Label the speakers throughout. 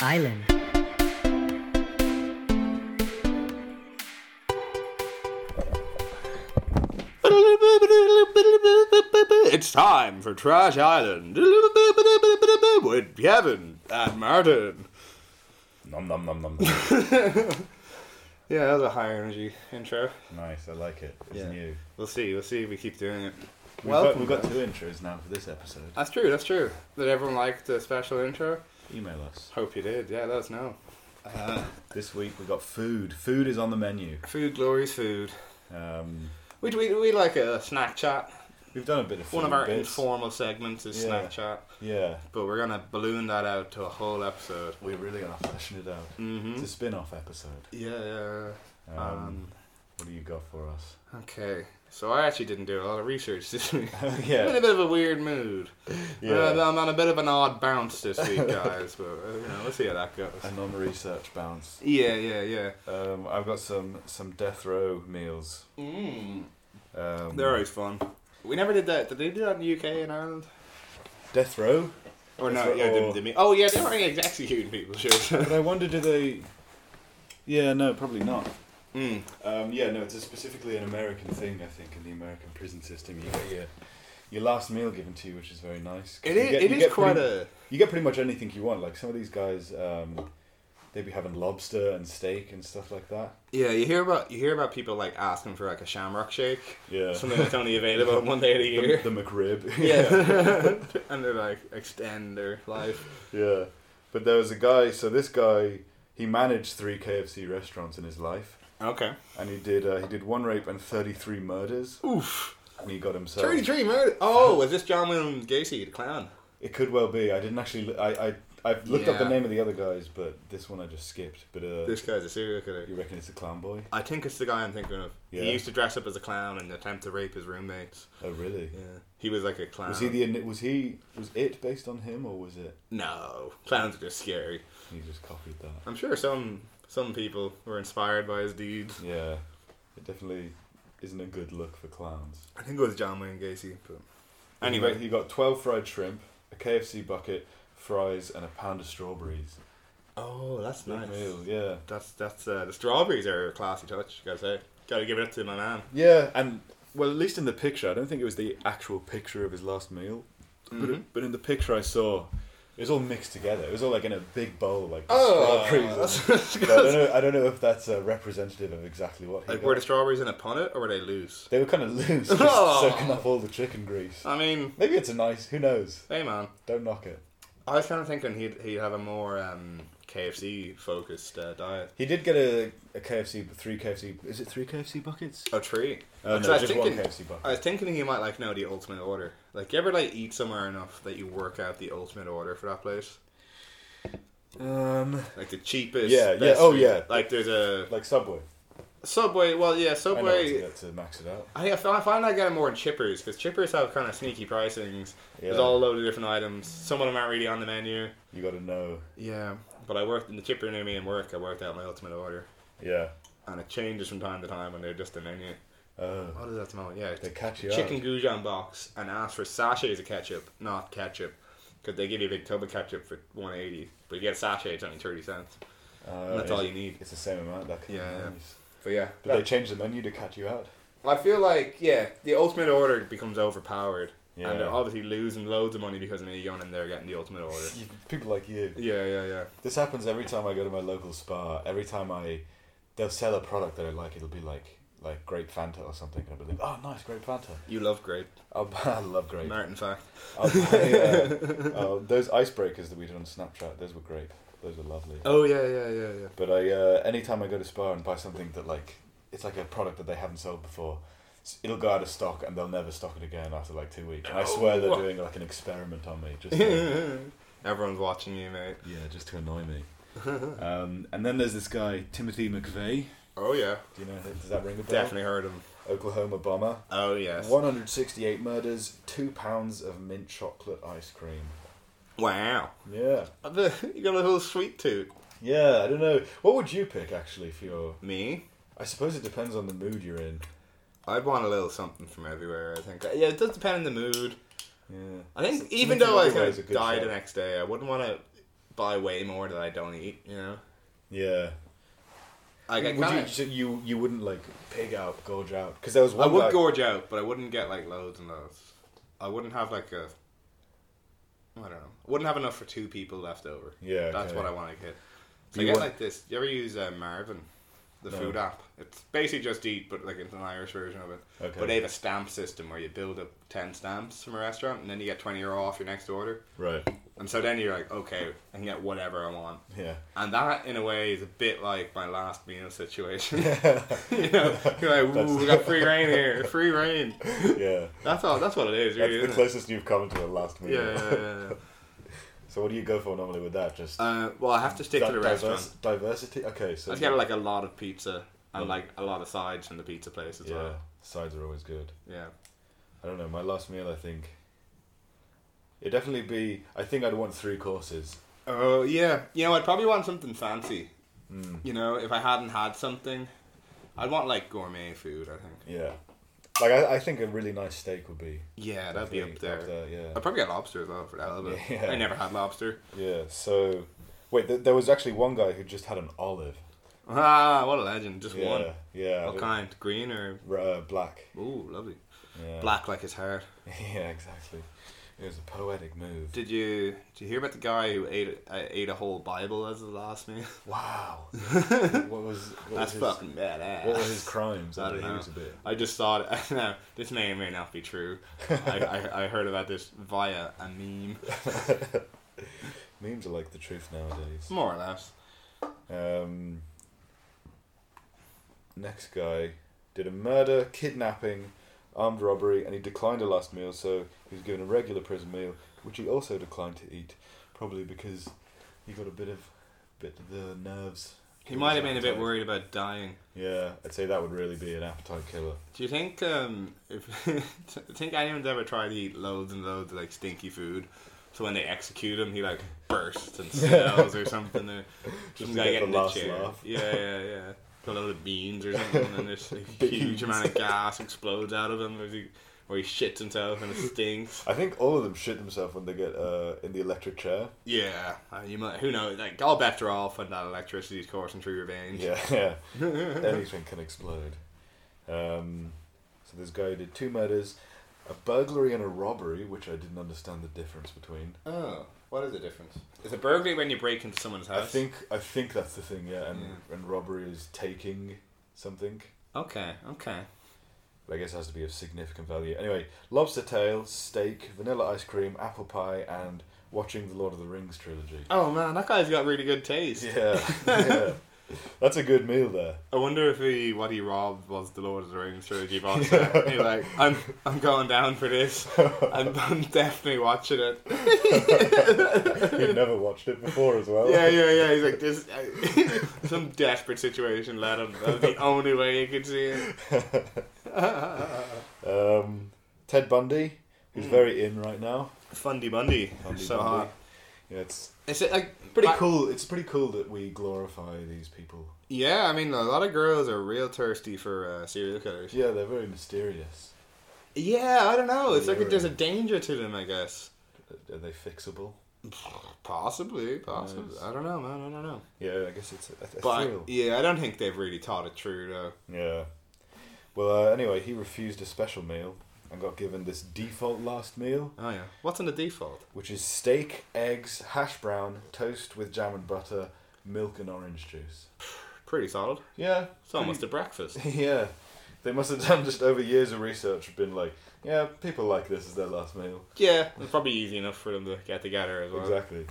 Speaker 1: island.
Speaker 2: It's time for Trash Island with Kevin and Martin.
Speaker 3: Nom nom nom nom. nom.
Speaker 2: Yeah, that was a high energy intro.
Speaker 3: nice, I like it. It's
Speaker 2: Yeah.
Speaker 3: new.
Speaker 2: We'll see. We'll see if we keep doing it.
Speaker 3: We've
Speaker 2: Well-
Speaker 3: got, we've got two intros now for this episode.
Speaker 2: That's true. That's true. Did everyone like the special intro?
Speaker 3: Email us.
Speaker 2: Hope you did. Yeah, let us know.
Speaker 3: This week we got food. Food is on the menu.
Speaker 2: Food glories, food.
Speaker 3: Um,
Speaker 2: We we we like a snack chat.
Speaker 3: we've done a bit of food
Speaker 2: One of our
Speaker 3: bits.
Speaker 2: informal segments is
Speaker 3: Yeah.
Speaker 2: snack chat,
Speaker 3: Yeah,
Speaker 2: but we're gonna balloon that out to a whole episode.
Speaker 3: we're really gonna freshen it out. It's
Speaker 2: Mm-hmm.
Speaker 3: a spin-off episode.
Speaker 2: Yeah. yeah,
Speaker 3: Um,
Speaker 2: yeah. Um,
Speaker 3: what do you got for us?
Speaker 2: okay. So I actually didn't do a lot of research this week. I'm in
Speaker 3: yeah,
Speaker 2: a bit of a weird mood.
Speaker 3: yeah.
Speaker 2: Uh, I'm on a bit of an odd bounce this week, guys, but uh, you know, we'll see how that goes.
Speaker 3: a non-research bounce.
Speaker 2: Yeah, yeah, yeah.
Speaker 3: Um, I've got some some death row meals.
Speaker 2: Mm.
Speaker 3: Um,
Speaker 2: They're always fun. We never did that. Did they do that in the UK and Ireland?
Speaker 3: death row.
Speaker 2: Or
Speaker 3: That's
Speaker 2: no,
Speaker 3: what-
Speaker 2: yeah,
Speaker 3: or-
Speaker 2: didn't, did me. Oh, yeah, they were executing people, sure.
Speaker 3: But I wonder, do they? Yeah, no, probably not.
Speaker 2: mm.
Speaker 3: Um, yeah, no, it's a specifically an American thing, I think, in the American prison system. You get your your last meal given to you, which is very nice. 'Cause
Speaker 2: It
Speaker 3: you
Speaker 2: is,
Speaker 3: get-
Speaker 2: it
Speaker 3: you
Speaker 2: is
Speaker 3: get
Speaker 2: quite
Speaker 3: pretty,
Speaker 2: a.
Speaker 3: You get pretty much anything you want. Like some of these guys, um, they'd be having lobster and steak and stuff like that.
Speaker 2: Yeah, you hear about you hear about people like asking for like a shamrock shake,
Speaker 3: Yeah.
Speaker 2: something that's only available on one day of the
Speaker 3: the,
Speaker 2: year.
Speaker 3: the McRib.
Speaker 2: Yeah, and they like extend their life.
Speaker 3: yeah. But there was a guy. So this guy, he managed three KFC restaurants in his life,
Speaker 2: Okay.
Speaker 3: and he did uh, he did one rape and thirty three murders,
Speaker 2: Oof.
Speaker 3: and he got himself.
Speaker 2: Thirty-three murder. Oh, is this John William Gacy, the clown?
Speaker 3: It could well be. I didn't actually. l- I I I've looked up the
Speaker 2: Yeah.
Speaker 3: name of the other guys, but this one I just skipped. But uh,
Speaker 2: This guy's a serial killer.
Speaker 3: you reckon it's a clown boy?
Speaker 2: I think it's the guy I'm thinking of.
Speaker 3: Yeah.
Speaker 2: He used to dress up as a clown and attempt to rape his roommates.
Speaker 3: Oh really?
Speaker 2: Yeah. He was like a clown.
Speaker 3: Was he the? ini- Was he? Was it based on him or was it?
Speaker 2: No. Clowns are just scary.
Speaker 3: He just copied that.
Speaker 2: I'm sure some some people were inspired by his deeds.
Speaker 3: Yeah, it definitely isn't a good look for clowns.
Speaker 2: I think it was John Wayne Gacy, but
Speaker 3: he got,
Speaker 2: anyway.
Speaker 3: he got twelve fried shrimp, a KFC bucket, fries, and a pound of strawberries.
Speaker 2: Oh, that's
Speaker 3: Big
Speaker 2: nice.
Speaker 3: meal, yeah.
Speaker 2: That's that's uh, the strawberries are a classy touch, gotta say. Gotta give it up to my man.
Speaker 3: Yeah, and well, at least in the picture, I don't think it was the actual picture of his last meal,
Speaker 2: Mm-hmm.
Speaker 3: but, but in the picture I saw, it was all mixed together. It was all like in a big bowl, like Oh. strawberries. and-
Speaker 2: Oh, that's-
Speaker 3: But I don't know. I don't know if that's uh, representative of exactly what. He
Speaker 2: like
Speaker 3: got.
Speaker 2: were the strawberries in a punnet or were they loose?
Speaker 3: They were kind of loose, just
Speaker 2: Oh.
Speaker 3: soaking up all the chicken grease.
Speaker 2: I mean,
Speaker 3: Maybe it's a nice. Who knows?
Speaker 2: hey man.
Speaker 3: Don't knock it.
Speaker 2: I was kind of thinking he'd he'd have a more um, KFC focused uh, diet.
Speaker 3: He did get a, a KFC, three KFC. Is it three KFC buckets?
Speaker 2: A tree.
Speaker 3: Oh,
Speaker 2: Because
Speaker 3: no,
Speaker 2: I
Speaker 3: just
Speaker 2: think
Speaker 3: one
Speaker 2: in-
Speaker 3: KFC bucket.
Speaker 2: I was thinking he might like know the ultimate order. Like, you ever like eat somewhere enough that you work out the ultimate order for that place?
Speaker 3: Um,
Speaker 2: Like the cheapest.
Speaker 3: Yeah, yeah,
Speaker 2: best
Speaker 3: oh,
Speaker 2: food.
Speaker 3: yeah.
Speaker 2: Like there's a
Speaker 3: like Subway.
Speaker 2: Subway. Well, yeah,
Speaker 3: I know what to
Speaker 2: Subway.
Speaker 3: get to max it out.
Speaker 2: I think I fi- I find I get it more in chippers because chippers have kind of sneaky pricings. There's
Speaker 3: Yeah.
Speaker 2: all a load of different items. Some of them aren't really on the menu.
Speaker 3: You got to know.
Speaker 2: Yeah, but I worked in the chipper near me in work. I worked out my ultimate order,
Speaker 3: Yeah.
Speaker 2: and it changes from time to time when they're just the menu.
Speaker 3: Oh,
Speaker 2: What is that smell? Yeah, it's
Speaker 3: they catch you
Speaker 2: chicken
Speaker 3: out.
Speaker 2: goujon box and ask for sachets of ketchup, not ketchup, because they give you a big tub of ketchup for one eighty. But if you get a sachet, it's only thirty cents.
Speaker 3: Uh,
Speaker 2: And that's all you need.
Speaker 3: It's the same amount. That
Speaker 2: Yeah, yeah.
Speaker 3: nice.
Speaker 2: Oh, But yeah,
Speaker 3: But they change the menu to catch you out.
Speaker 2: I feel like yeah, the ultimate order becomes overpowered,
Speaker 3: Yeah.
Speaker 2: and they're obviously losing loads of money because of me going in there getting the ultimate order.
Speaker 3: You- People like you.
Speaker 2: yeah, yeah, yeah.
Speaker 3: This happens every time I go to my local spa. Every time I, they'll sell a product that I like. It'll be like like grape Fanta or something, and I'll be like, oh, nice grape Fanta.
Speaker 2: You love grape,
Speaker 3: I'll, I love grape.
Speaker 2: Martin. Fact.
Speaker 3: I'll buy, uh, oh, those icebreakers that we did on Snapchat, those were grape. Those were lovely.
Speaker 2: Oh yeah, yeah, yeah, yeah.
Speaker 3: But I, uh, anytime I go to spa and buy something that like, it's like a product that they haven't sold before. s- It'll go out of stock and they'll never stock it again after like two weeks. And I swear they're
Speaker 2: Oh.
Speaker 3: doing like an experiment on me, just to-
Speaker 2: Everyone's watching you, mate.
Speaker 3: yeah, just to annoy me. Um, and then there's this guy Timothy McVeigh.
Speaker 2: Oh yeah,
Speaker 3: Do you know? Does that ring a bell?
Speaker 2: definitely heard of him.
Speaker 3: Oklahoma bomber.
Speaker 2: Oh yes.
Speaker 3: 168 murders, two pounds of mint chocolate ice cream.
Speaker 2: Wow.
Speaker 3: Yeah.
Speaker 2: You got a little sweet tooth.
Speaker 3: Yeah, I don't know. What would you pick actually for your?
Speaker 2: Me?
Speaker 3: I suppose it depends on the mood you're in.
Speaker 2: I'd want a little something from everywhere. I think. Yeah, it does depend on the mood.
Speaker 3: Yeah.
Speaker 2: I think
Speaker 3: Something
Speaker 2: even though I
Speaker 3: everywhere
Speaker 2: was
Speaker 3: is a
Speaker 2: gonna
Speaker 3: good
Speaker 2: die
Speaker 3: shout.
Speaker 2: the next day, I wouldn't want to buy way more that I don't eat. You know,
Speaker 3: Yeah.
Speaker 2: like I,
Speaker 3: would you,
Speaker 2: kinda,
Speaker 3: so you you wouldn't like pig out, gorge out? Because there was
Speaker 2: I
Speaker 3: one.
Speaker 2: would
Speaker 3: guy-
Speaker 2: gorge out, but I wouldn't get like loads and loads. I wouldn't have like a. I don't know. I wouldn't have enough for two people left over.
Speaker 3: Yeah,
Speaker 2: that's
Speaker 3: okay.
Speaker 2: what I want to get. So I
Speaker 3: You
Speaker 2: get
Speaker 3: want-
Speaker 2: like this. You ever use uh, Marvin, the
Speaker 3: No.
Speaker 2: food app? It's basically just eat, but like it's an Irish version of it.
Speaker 3: Okay.
Speaker 2: But they have a stamp system where you build up ten stamps from a restaurant, and then you get twenty euro off your next order.
Speaker 3: Right.
Speaker 2: And so then you're like, okay, I can get whatever I want.
Speaker 3: Yeah.
Speaker 2: And that, in a way, is a bit like my last meal situation. you know, you're like,
Speaker 3: That's-
Speaker 2: ooh, we got free rain here, free rain.
Speaker 3: Yeah.
Speaker 2: That's all. That's what it is,
Speaker 3: That's
Speaker 2: really.
Speaker 3: the
Speaker 2: isn't it?
Speaker 3: closest you've come to a last meal.
Speaker 2: Yeah, yeah, yeah, yeah.
Speaker 3: so what do you go for normally with that? Just
Speaker 2: Uh, well, I have to stick
Speaker 3: di-
Speaker 2: to the
Speaker 3: diverse-
Speaker 2: restaurant.
Speaker 3: diversity. Okay, so
Speaker 2: I just get like a lot of pizza and
Speaker 3: Mm.
Speaker 2: like a lot of sides from the pizza place as
Speaker 3: yeah,
Speaker 2: well.
Speaker 3: sides are always good.
Speaker 2: Yeah.
Speaker 3: I don't know. My last meal, I think. It'd definitely be. I think I'd want three courses.
Speaker 2: Oh yeah. You know, I'd probably want something fancy.
Speaker 3: Mm.
Speaker 2: You know, if I hadn't had something, I'd want like gourmet food. I think.
Speaker 3: Yeah. Like I, I think a really nice steak would be.
Speaker 2: Yeah, that'd be up
Speaker 3: definitely
Speaker 2: there.
Speaker 3: yeah.
Speaker 2: I'd probably get lobster as well for that. But
Speaker 3: Yeah.
Speaker 2: I never had lobster.
Speaker 3: Yeah. So, wait, th- there was actually one guy who just had an olive.
Speaker 2: Ah, what a legend! Just
Speaker 3: Yeah.
Speaker 2: one.
Speaker 3: Yeah.
Speaker 2: What kind? Green or
Speaker 3: R- Uh, black.
Speaker 2: ooh, lovely.
Speaker 3: Yeah.
Speaker 2: Black like his heart.
Speaker 3: Yeah, exactly. It was a poetic move.
Speaker 2: Did you did you hear about the guy who ate uh, ate a whole Bible as his last meal?
Speaker 3: Wow. what was
Speaker 2: That's
Speaker 3: what was his,
Speaker 2: fucking badass.
Speaker 3: What were his crimes?
Speaker 2: I
Speaker 3: I
Speaker 2: don't
Speaker 3: think he
Speaker 2: know.
Speaker 3: was a bit.
Speaker 2: I just thought now this may or may not be true. I, I, I heard about this via a meme,
Speaker 3: Memes are like the truth nowadays.
Speaker 2: more or less.
Speaker 3: Um, next guy did a murder, kidnapping, armed robbery, and he declined a last meal, so he was given a regular prison meal, which he also declined to eat, probably because he got a bit of bit of the nerves.
Speaker 2: He might have been a bit
Speaker 3: Appetite.
Speaker 2: worried about dying.
Speaker 3: Yeah, I'd say that would really be an appetite killer.
Speaker 2: Do you think um if think anyone's ever tried to eat loads and loads of like stinky food? So when they execute him, he like bursts and smells or something. Or
Speaker 3: Just
Speaker 2: some
Speaker 3: to
Speaker 2: guy
Speaker 3: get
Speaker 2: getting
Speaker 3: the
Speaker 2: the
Speaker 3: last
Speaker 2: chair.
Speaker 3: laugh.
Speaker 2: Yeah, yeah, yeah. A load of beans or something, and there's like, a
Speaker 3: Beans.
Speaker 2: huge amount of gas explodes out of him, or he, or he shits himself and it stinks.
Speaker 3: I think all of them shit themselves when they get uh, in the electric chair.
Speaker 2: Yeah, uh, you might. Who knows? Like, all bets are off when that electricity's coursing through your veins.
Speaker 3: Yeah, yeah. Anything can explode. Um, so this guy did two murders, a burglary and a robbery, which I didn't understand the difference between.
Speaker 2: Oh, what is the difference? Is a burglary when you break into someone's
Speaker 3: I
Speaker 2: house?
Speaker 3: think I think that's the thing, yeah. And
Speaker 2: Yeah.
Speaker 3: and robbery is taking something.
Speaker 2: Okay, okay.
Speaker 3: But I guess it has to be of significant value. Anyway, lobster tail, steak, vanilla ice cream, apple pie, and watching the Lord of the Rings trilogy.
Speaker 2: Oh man, that guy's got really good taste.
Speaker 3: Yeah, yeah. That's a good meal there.
Speaker 2: I wonder if he what he robbed was the Lord of the Rings trilogy box set. And He's like, I'm I'm going down for this. I'm, I'm definitely watching it.
Speaker 3: You've never watched it before as well.
Speaker 2: Yeah, yeah, yeah. He's like, this some desperate situation led him. That was the only way you could see it.
Speaker 3: Um, Ted Bundy, who's very in right now.
Speaker 2: Fundy Bundy,
Speaker 3: Bundy
Speaker 2: so
Speaker 3: Bundy.
Speaker 2: hot.
Speaker 3: Yeah, it's
Speaker 2: Is it like
Speaker 3: pretty
Speaker 2: I-
Speaker 3: cool. It's pretty cool that we glorify these people.
Speaker 2: Yeah, I mean, a lot of girls are real thirsty for uh, serial killers.
Speaker 3: Yeah, they're very mysterious.
Speaker 2: Yeah, I don't know. It's like
Speaker 3: Yeah.
Speaker 2: there's a danger to them, I guess.
Speaker 3: Are they fixable?
Speaker 2: Possibly, possibly.
Speaker 3: Yes.
Speaker 2: I don't know, man. I don't know.
Speaker 3: Yeah, I guess it's a, a
Speaker 2: But
Speaker 3: thrill.
Speaker 2: yeah, I don't think they've really taught it true though.
Speaker 3: Yeah. Well, uh, anyway, he refused a special meal and got given this default last meal,
Speaker 2: Oh yeah. What's in the default?
Speaker 3: which is steak, eggs, hash brown, toast with jam and butter, milk and orange juice.
Speaker 2: Pretty solid.
Speaker 3: Yeah,
Speaker 2: It's almost a breakfast.
Speaker 3: Yeah, they must have done just over years of research. Been like, yeah, people like this as their last meal.
Speaker 2: Yeah, it's probably easy enough for them to get together as well.
Speaker 3: Exactly. It's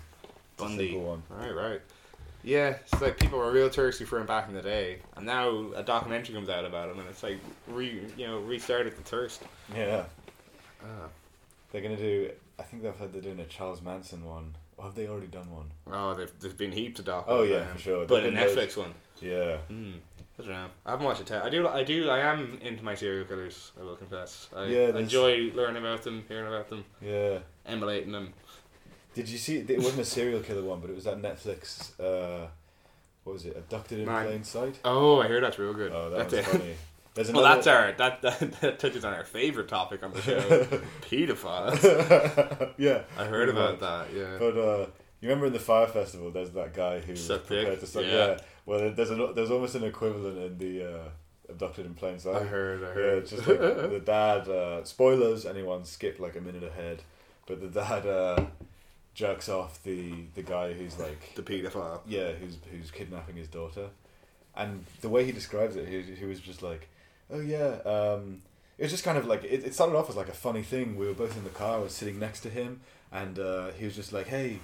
Speaker 3: a
Speaker 2: Bundy.
Speaker 3: simple one.
Speaker 2: Right, right. Yeah, it's like people were real thirsty for him back in the day, and now a documentary comes out about him, and it's like re you know restarted the thirst.
Speaker 3: Yeah,
Speaker 2: Ah.
Speaker 3: they're gonna do. I think they've heard they're doing a Charles Manson one. Or have they already done one?
Speaker 2: Oh, there's, there's been heaps of docs.
Speaker 3: Oh,
Speaker 2: about
Speaker 3: yeah,
Speaker 2: him.
Speaker 3: for sure.
Speaker 2: But a
Speaker 3: There've been
Speaker 2: Netflix
Speaker 3: loads.
Speaker 2: one.
Speaker 3: Yeah.
Speaker 2: Mm. I don't know. I haven't watched it. yet. I do. I do. I am into my serial killers. I will confess. I
Speaker 3: Yeah, there's-
Speaker 2: enjoy learning about them, hearing about them,
Speaker 3: Yeah.
Speaker 2: emulating them.
Speaker 3: Did you see? It wasn't a serial killer one, but it was that Netflix. Uh, what was it? Abducted in
Speaker 2: Man.
Speaker 3: plain sight.
Speaker 2: Oh, I hear that's real good.
Speaker 3: Oh, that
Speaker 2: that's
Speaker 3: was
Speaker 2: it.
Speaker 3: funny. There's
Speaker 2: Well, that's our that, that that touches on our favorite topic on the show, pedophiles.
Speaker 3: yeah.
Speaker 2: I heard
Speaker 3: Pretty
Speaker 2: about
Speaker 3: much.
Speaker 2: that. Yeah.
Speaker 3: But uh, You remember in the fire festival, there's that guy who was
Speaker 2: Suck dick?
Speaker 3: prepared to suck.
Speaker 2: Yeah.
Speaker 3: Yeah. Well, there's an there's almost an equivalent in the uh, abducted in plain sight.
Speaker 2: I heard, I
Speaker 3: uh, Yeah,
Speaker 2: heard.
Speaker 3: it's just like the dad. Uh, spoilers, anyone skip like a minute ahead, but the dad uh, jerks off the the guy who's like
Speaker 2: the paedophile.
Speaker 3: yeah, who's who's kidnapping his daughter, and the way he describes it, he, he was just like, oh yeah, um, it was just kind of like it, it started off as like a funny thing. We were both in the car, I was sitting next to him, and uh, he was just like, hey,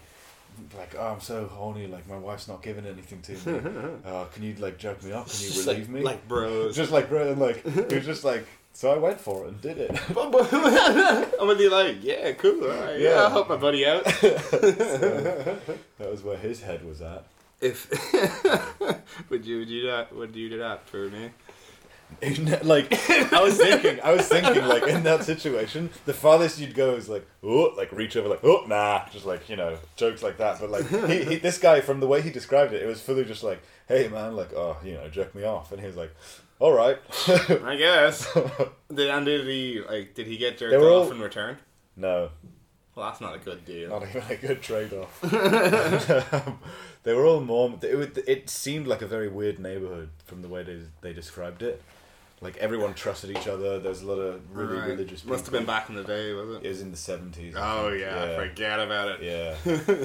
Speaker 3: like oh, I'm so horny, like my wife's not giving anything to me. uh, can you like jerk me off? Can you
Speaker 2: Just like,
Speaker 3: relieve me?
Speaker 2: like bros.
Speaker 3: just like bro, and, like he was just like. So I went for it and did it.
Speaker 2: I'm gonna be like, yeah, cool, all right, yeah,
Speaker 3: Yeah.
Speaker 2: I'll help my buddy out.
Speaker 3: That was where his head was at.
Speaker 2: If would you do that? Would you do that for me?
Speaker 3: In that- like I was thinking, I was thinking, like in that situation, the farthest you'd go is like, oh, like reach over, like, oh, nah, just like you know, jokes like that. But like he, he, this guy, from the way he described it, it was fully just like, hey man, like, oh, you know, jerk me off, and he was like, all right,
Speaker 2: I guess. Did and did he like? Did he get jerked
Speaker 3: They
Speaker 2: off
Speaker 3: were all- Um,
Speaker 2: in return?
Speaker 3: no,
Speaker 2: Well, that's not a good deal.
Speaker 3: not even a good trade off. they were all Mormon. It, would, it seemed like a very weird neighborhood from the way they they described it. Like everyone trusted each other. There's a lot of really
Speaker 2: Right.
Speaker 3: religious. People.
Speaker 2: Must have been back in the day, was it?
Speaker 3: It was in the seventies.
Speaker 2: Oh yeah, forget about it.
Speaker 3: yeah.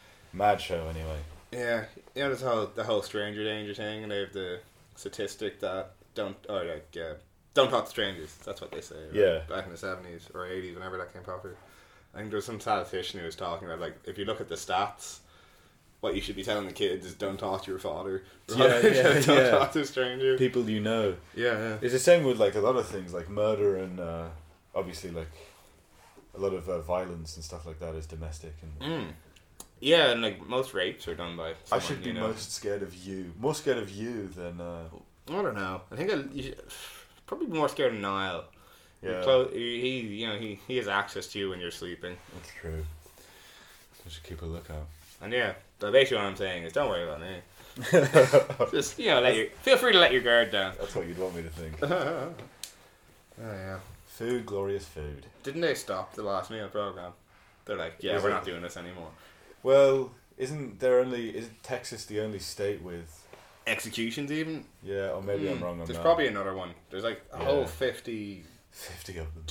Speaker 3: Mad show anyway.
Speaker 2: Yeah, you know this whole the whole stranger danger thing, and they have the statistic that don't or like yeah, don't talk to strangers. That's what they say. right?
Speaker 3: Yeah.
Speaker 2: back in the seventies or eighties, whenever that came popular. I think there was some statistician who was talking about like if you look at the stats, what you should be telling the kids is don't talk to your father.
Speaker 3: Yeah,
Speaker 2: rather
Speaker 3: yeah,
Speaker 2: than don't
Speaker 3: yeah.
Speaker 2: talk to a stranger.
Speaker 3: People you know.
Speaker 2: Yeah, yeah.
Speaker 3: It's the same with like a lot of things like murder and uh, obviously like a lot of uh, violence and stuff like that is domestic and
Speaker 2: Mm. Yeah, and like most rapes are done by.
Speaker 3: I
Speaker 2: Someone,
Speaker 3: should be
Speaker 2: you know.
Speaker 3: most scared of you. More scared of you than uh,
Speaker 2: I don't know. I think I you should, probably more scared of Niall.
Speaker 3: yeah.
Speaker 2: You're clo- he, he, you know, he, he has access to you when you're sleeping.
Speaker 3: That's true. I should keep a lookout.
Speaker 2: And yeah, so basically what I'm saying is don't worry about me. Just, you know, let your, feel free to let your guard down.
Speaker 3: That's what you'd want me to think.
Speaker 2: oh, yeah.
Speaker 3: food, glorious food.
Speaker 2: Didn't they stop the last meal program? They're like, yeah,
Speaker 3: Was
Speaker 2: we're
Speaker 3: it-
Speaker 2: not doing this anymore.
Speaker 3: Well, isn't there only is Texas the only state with?
Speaker 2: Executions, even?
Speaker 3: Yeah, or maybe I'm
Speaker 2: Mm,
Speaker 3: wrong on
Speaker 2: There's
Speaker 3: that.
Speaker 2: probably another one. There's like a whole
Speaker 3: Yeah.
Speaker 2: 52?
Speaker 3: fifty of them.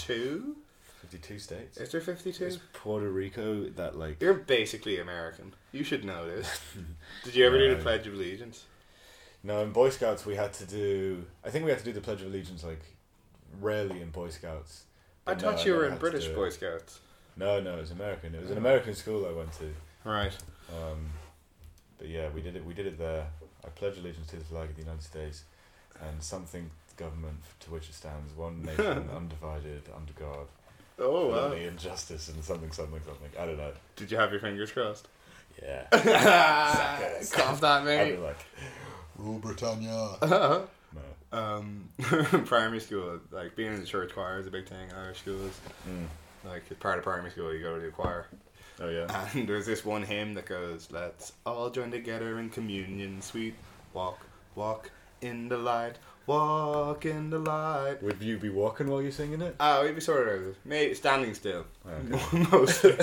Speaker 3: Fifty-two states.
Speaker 2: Is there 52?
Speaker 3: Is Puerto Rico that like?
Speaker 2: You're basically American. You should know this. Did you ever do the
Speaker 3: Right.
Speaker 2: Pledge of Allegiance?
Speaker 3: No, in Boy Scouts we had to do. I think we had to do the Pledge of Allegiance like rarely in Boy Scouts.
Speaker 2: I
Speaker 3: But no,
Speaker 2: thought you
Speaker 3: never
Speaker 2: were in
Speaker 3: had to
Speaker 2: British
Speaker 3: do it.
Speaker 2: Boy Scouts.
Speaker 3: No, no, it was American. It was an American school I went to.
Speaker 2: Right.
Speaker 3: Um, but yeah, we did it. We did it there. I pledge allegiance to the flag of the United States, and something government to which it stands, one nation undivided under God,
Speaker 2: Oh,
Speaker 3: without
Speaker 2: wow.
Speaker 3: any injustice, and something, something, something. I don't know.
Speaker 2: Did you have your fingers crossed?
Speaker 3: Yeah,
Speaker 2: Stop that,
Speaker 3: I'd be
Speaker 2: mate.
Speaker 3: like, "Rule Britannia." No.
Speaker 2: um, primary school, like being in the church choir is a big thing in Irish schools.
Speaker 3: Mm.
Speaker 2: Like it's part of primary school, you go to the choir,
Speaker 3: Oh yeah.
Speaker 2: and there's this one hymn that goes, "Let's all join together in communion, sweet walk, walk in the light, walk in the light."
Speaker 3: Would you be walking while you're singing it?
Speaker 2: Oh, it'd be sort of maybe standing still,
Speaker 3: Okay.
Speaker 2: mostly.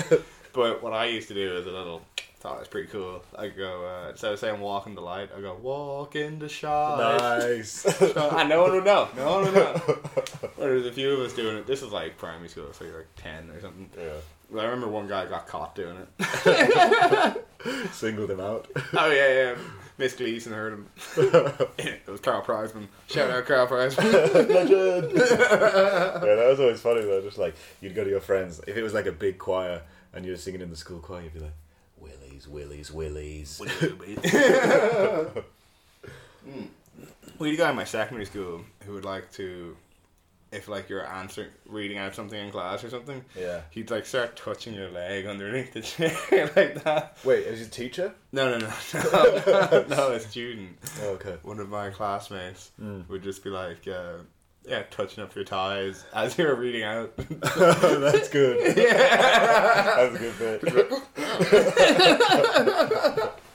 Speaker 2: but what I used to do as a little thought it was pretty cool. I go uh, instead of saying "walk in the light," I go "walk in the shine."
Speaker 3: Nice.
Speaker 2: and no one would know. No one would know. Well, There's a few of us doing it. This is like primary school, so you're like ten or something.
Speaker 3: yeah.
Speaker 2: Well, I remember one guy got caught doing it.
Speaker 3: Singled him out.
Speaker 2: oh yeah, yeah. Miss Gleason heard him. it was Carl Prizeman. Shout out Carl Prizeman.
Speaker 3: Legend. yeah, that was always funny though. Just like you'd go to your friends. If it was like a big choir and you were singing in the school choir, you'd be like, Willies, Willies, Willies.
Speaker 2: we had a guy in my secondary school who would like to, if like you're answering, reading out something in class or something.
Speaker 3: Yeah.
Speaker 2: He'd like start touching your leg underneath the chair like that.
Speaker 3: Wait, is your teacher?
Speaker 2: No, no, no, no, no, a student.
Speaker 3: Oh, okay.
Speaker 2: one of my classmates
Speaker 3: Hmm.
Speaker 2: would just be like, uh, yeah, touching up your ties as you were reading out.
Speaker 3: That's good.
Speaker 2: yeah.
Speaker 3: That's a good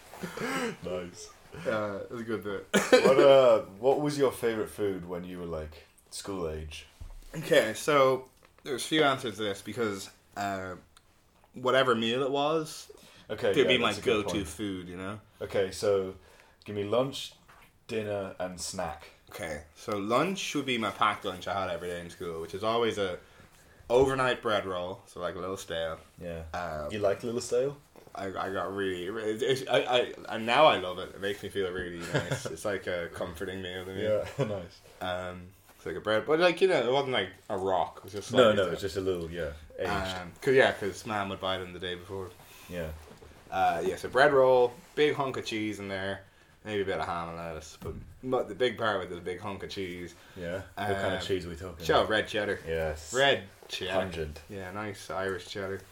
Speaker 3: bit. nice.
Speaker 2: Uh, it was a good bit.
Speaker 3: What uh, what was your favorite food when you were like school age?
Speaker 2: Okay, so there's a few answers to this because uh, whatever meal it was,
Speaker 3: Okay,
Speaker 2: Could
Speaker 3: yeah,
Speaker 2: be my
Speaker 3: that's a good
Speaker 2: go-to
Speaker 3: point.
Speaker 2: food, you know.
Speaker 3: Okay, so give me lunch, dinner, and snack.
Speaker 2: Okay, so lunch would be my packed lunch I had every day in school, which is always a overnight bread roll, so like a little stale.
Speaker 3: Yeah.
Speaker 2: Um,
Speaker 3: you like Little Stale?
Speaker 2: I, I got really, it's, it's, I, I, and now I love it. It makes me feel really nice. it's like a comforting meal to me.
Speaker 3: nice.
Speaker 2: Um, it's like a bread, but like you know, it wasn't like a rock. It was just
Speaker 3: No,
Speaker 2: like
Speaker 3: no, it's just a little, yeah, aged.
Speaker 2: um, cause yeah, cause mom would buy them the day before.
Speaker 3: yeah.
Speaker 2: Uh, yeah, so bread roll, big hunk of cheese in there, maybe a bit of ham and lettuce, but, but the big part with it is a big hunk of cheese.
Speaker 3: Yeah. What kind
Speaker 2: um,
Speaker 3: of cheese are we talking
Speaker 2: Show
Speaker 3: about?
Speaker 2: red cheddar,
Speaker 3: Yes.
Speaker 2: red cheddar,
Speaker 3: Pungent.
Speaker 2: yeah, nice Irish cheddar,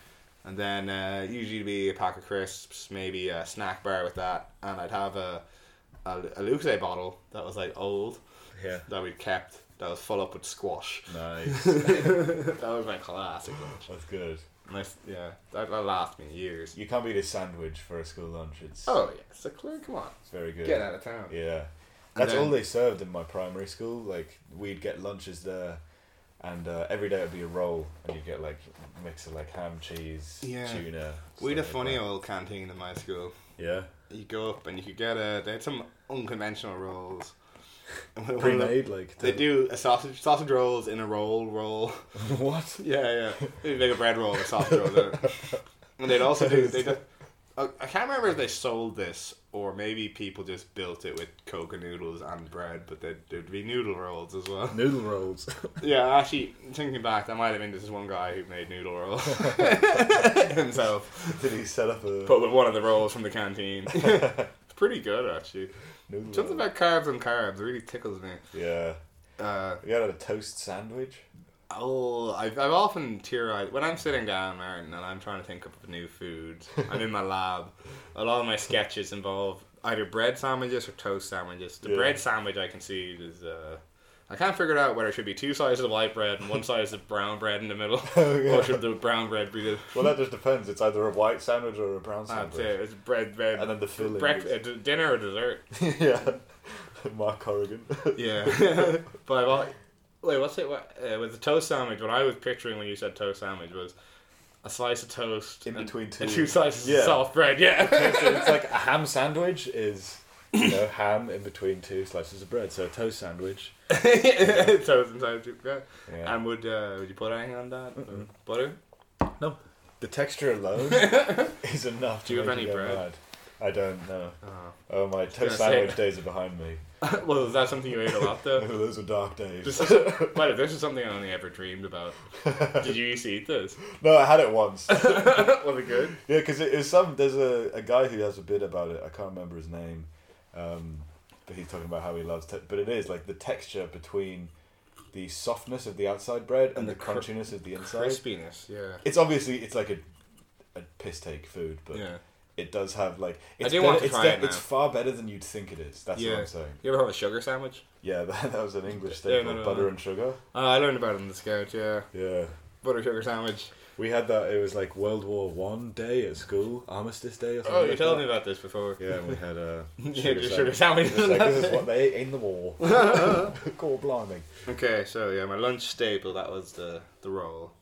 Speaker 2: and then uh, usually be a pack of crisps, maybe a snack bar with that, and I'd have a a, a Lucozade bottle that was like old
Speaker 3: Yeah.
Speaker 2: that we kept that was full up with squash.
Speaker 3: Nice.
Speaker 2: that was my classic lunch.
Speaker 3: That's good.
Speaker 2: My, yeah, that, that lasted me years.
Speaker 3: You can't beat a sandwich for a school lunch. It's,
Speaker 2: Oh yeah, it's a clear. Come on,
Speaker 3: it's very good.
Speaker 2: get out of town.
Speaker 3: Yeah. That's
Speaker 2: then-
Speaker 3: all they served in my primary school. Like, we'd get lunches there, and uh, every day it would be a roll, and you'd get, like, a mix of, like, ham, cheese,
Speaker 2: Yeah.
Speaker 3: tuna.
Speaker 2: We had a
Speaker 3: stuff like
Speaker 2: funny
Speaker 3: that.
Speaker 2: old canteen in my school.
Speaker 3: Yeah.
Speaker 2: You go up and you could get a. They had some unconventional rolls. And one of
Speaker 3: Pre
Speaker 2: them-
Speaker 3: made, like.
Speaker 2: They
Speaker 3: the-
Speaker 2: do a sausage sausage rolls in a roll roll.
Speaker 3: what?
Speaker 2: Yeah, yeah. They make a bread roll with sausage rolls. in it. And they'd also do. They just, I I can't remember if they sold this or maybe people just built it with coca noodles and bread, but there'd, there'd be noodle rolls as well.
Speaker 3: Noodle rolls.
Speaker 2: Yeah, actually, thinking back, that might have been this one guy who made noodle rolls himself.
Speaker 3: Did he set up a
Speaker 2: But with one of the rolls from the canteen. it's pretty good, actually.
Speaker 3: noodle
Speaker 2: Something
Speaker 3: roll?
Speaker 2: about carbs and carbs really tickles me.
Speaker 3: Yeah.
Speaker 2: Uh,
Speaker 3: You had a toast sandwich?
Speaker 2: oh, I've, I've often tearized. When I'm sitting down, Martin, and I'm trying to think of new foods, I'm in my lab. A lot of my sketches involve either bread sandwiches or toast sandwiches. The
Speaker 3: Yeah.
Speaker 2: bread sandwich I conceived is. Uh, I can't figure out whether it should be two sides of white bread and one size of brown bread in the middle,
Speaker 3: Oh, yeah.
Speaker 2: or should the brown bread be the
Speaker 3: Well, that just depends. It's either a white sandwich or a brown
Speaker 2: That's
Speaker 3: sandwich.
Speaker 2: it. It's bread, bread,
Speaker 3: And then the filling.
Speaker 2: breakfast, uh, d- dinner or dessert.
Speaker 3: is- yeah. Mark Corrigan.
Speaker 2: Yeah. but I've al- wait, what's it? What, uh, with the toast sandwich, what I was picturing when you said toast sandwich was a slice of toast
Speaker 3: In
Speaker 2: and-
Speaker 3: between two-
Speaker 2: and two slices
Speaker 3: yeah.
Speaker 2: of soft bread. Yeah.
Speaker 3: so it's like a ham sandwich is, you know, ham in between two slices of bread. So a toast sandwich. Um,
Speaker 2: toast and sandwich. Yeah.
Speaker 3: Yeah.
Speaker 2: And would uh, would you put anything on that? Butter.
Speaker 3: No. The texture alone is enough to
Speaker 2: Do you have
Speaker 3: make
Speaker 2: any
Speaker 3: you go
Speaker 2: bread?
Speaker 3: mad. I don't know.
Speaker 2: Oh.
Speaker 3: Oh, my
Speaker 2: gonna
Speaker 3: toast
Speaker 2: say-
Speaker 3: sandwich days are behind me.
Speaker 2: well, is that something you ate a lot though?
Speaker 3: Oh, those were dark days.
Speaker 2: This is, well, this is something I only ever dreamed about. Did you used to eat this?
Speaker 3: no, I had it once.
Speaker 2: Was it good?
Speaker 3: Yeah, because it, it's some. There's a, a guy who has a bit about it. I can't remember his name, um, but he's talking about how he loves. Te- but it is like the texture between the softness of the outside bread and,
Speaker 2: And
Speaker 3: the,
Speaker 2: the cr-
Speaker 3: crunchiness of the inside.
Speaker 2: Crispiness. Yeah.
Speaker 3: It's obviously it's like a a piss take food, but
Speaker 2: Yeah.
Speaker 3: it does have like it's
Speaker 2: do
Speaker 3: better,
Speaker 2: want to
Speaker 3: it's,
Speaker 2: try it now.
Speaker 3: it's far better than you'd think it is. That's
Speaker 2: Yeah.
Speaker 3: what I'm saying.
Speaker 2: You ever have a sugar sandwich?
Speaker 3: Yeah, that, that was an English
Speaker 2: Yeah, no,
Speaker 3: staple:
Speaker 2: no,
Speaker 3: butter
Speaker 2: no.
Speaker 3: and sugar.
Speaker 2: Uh, I learned about it in the scout. Yeah,
Speaker 3: Yeah.
Speaker 2: butter sugar sandwich.
Speaker 3: We had that. It was like World War One day at school, Armistice Day or something.
Speaker 2: Oh, you
Speaker 3: like
Speaker 2: told
Speaker 3: that.
Speaker 2: me about this before.
Speaker 3: Yeah, and we had uh,
Speaker 2: Yeah,
Speaker 3: sugar
Speaker 2: just
Speaker 3: sandwich.
Speaker 2: sugar sandwich.
Speaker 3: It's like, this is what they ate in the war. Call blimey.
Speaker 2: okay, so yeah, my lunch staple that was the the roll,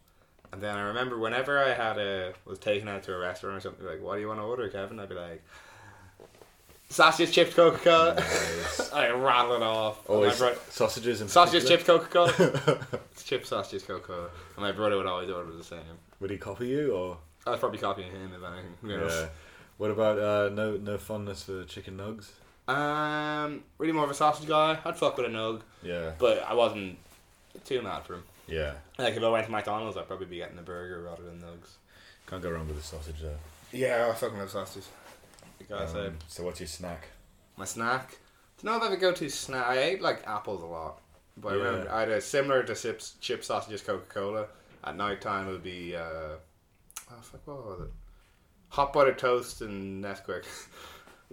Speaker 2: and then I remember whenever I had a was taken out to a restaurant or something like, what do you want to order, Kevin? I'd be like, sausage chips Coca Cola. I rattle it off. And
Speaker 3: Always
Speaker 2: my bro-
Speaker 3: sausages and
Speaker 2: Oh, sausage chips Coca Cola. it's chip sausages Coca Cola, and my brother would always order the same.
Speaker 3: Would he copy you or?
Speaker 2: I was probably copying him if anything. who knows.
Speaker 3: Yeah. What about uh, no no fondness for chicken nugs?
Speaker 2: Um, really more of a sausage guy. I'd fuck with a nug.
Speaker 3: Yeah.
Speaker 2: But I wasn't too mad for him.
Speaker 3: Yeah.
Speaker 2: Like if I went to McDonald's, I'd probably be getting a burger rather than nugs.
Speaker 3: Can't go wrong with a sausage though.
Speaker 2: Yeah, I fucking love sausages. Because I
Speaker 3: Um, so what's your snack?
Speaker 2: my snack. Do you know if I have a go-to snack? I ate like apples a lot, but I, remember,
Speaker 3: Yeah.
Speaker 2: I had a similar to chips, chip sausages, Coca Cola. At night time, it would be uh, oh fuck, what was it? Hot buttered toast and Nesquik.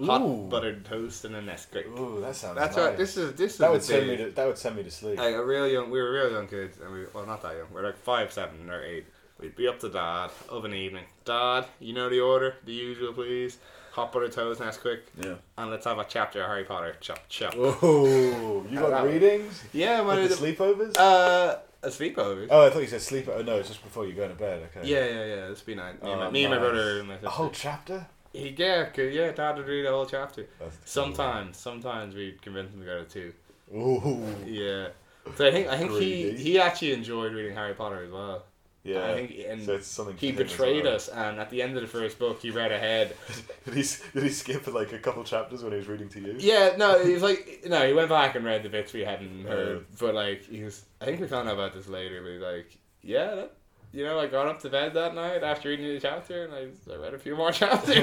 Speaker 2: Hot
Speaker 3: Ooh.
Speaker 2: buttered toast and a Nesquik.
Speaker 3: Ooh, that sounds.
Speaker 2: That's
Speaker 3: nice.
Speaker 2: right. This is this is
Speaker 3: that
Speaker 2: the
Speaker 3: would send me
Speaker 2: day.
Speaker 3: to that would send me to sleep.
Speaker 2: Like a real young, we were real young kids, and we well not that young. We are like five, seven, or eight. We'd be up to dad of an evening. Dad, you know the order, the usual, please. Hot butter toast, Nesquik,
Speaker 3: Yeah.
Speaker 2: and let's have a chapter of Harry Potter. Chop chop.
Speaker 3: Oh, you
Speaker 2: That
Speaker 3: got
Speaker 2: would-
Speaker 3: readings?
Speaker 2: Yeah,
Speaker 3: With
Speaker 2: man.
Speaker 3: the sleepovers?
Speaker 2: uh, a sleepover.
Speaker 3: Oh, I thought you said sleep. Oh no, it's just before you go to bed. Okay.
Speaker 2: Yeah, yeah, yeah. It's been nice. Me, and, my,
Speaker 3: Oh,
Speaker 2: me and my
Speaker 3: nice. Oh,
Speaker 2: brother and my sister.
Speaker 3: A whole chapter.
Speaker 2: He- yeah, 'cause- yeah. Dad would read the whole chapter.
Speaker 3: That's cool.
Speaker 2: Sometimes, sometimes we'd convince him to go to two.
Speaker 3: Ooh.
Speaker 2: Yeah. So I think I think he,
Speaker 3: Greedy.
Speaker 2: he actually enjoyed reading Harry Potter as well.
Speaker 3: Yeah.
Speaker 2: I think and
Speaker 3: so it's something.
Speaker 2: he
Speaker 3: for him as
Speaker 2: betrayed
Speaker 3: well.
Speaker 2: us, and at the end of the first book, he read ahead.
Speaker 3: Did he, s- did he skip like a couple chapters when he was reading to you?
Speaker 2: Yeah, no, he was like, no, he went back and read the bits we hadn't heard,
Speaker 3: Uh.
Speaker 2: but like, he was. I think we found out about this later, but he's like, yeah, that, you know, I got up to bed that night after reading the chapter, and I, I read a few more chapters.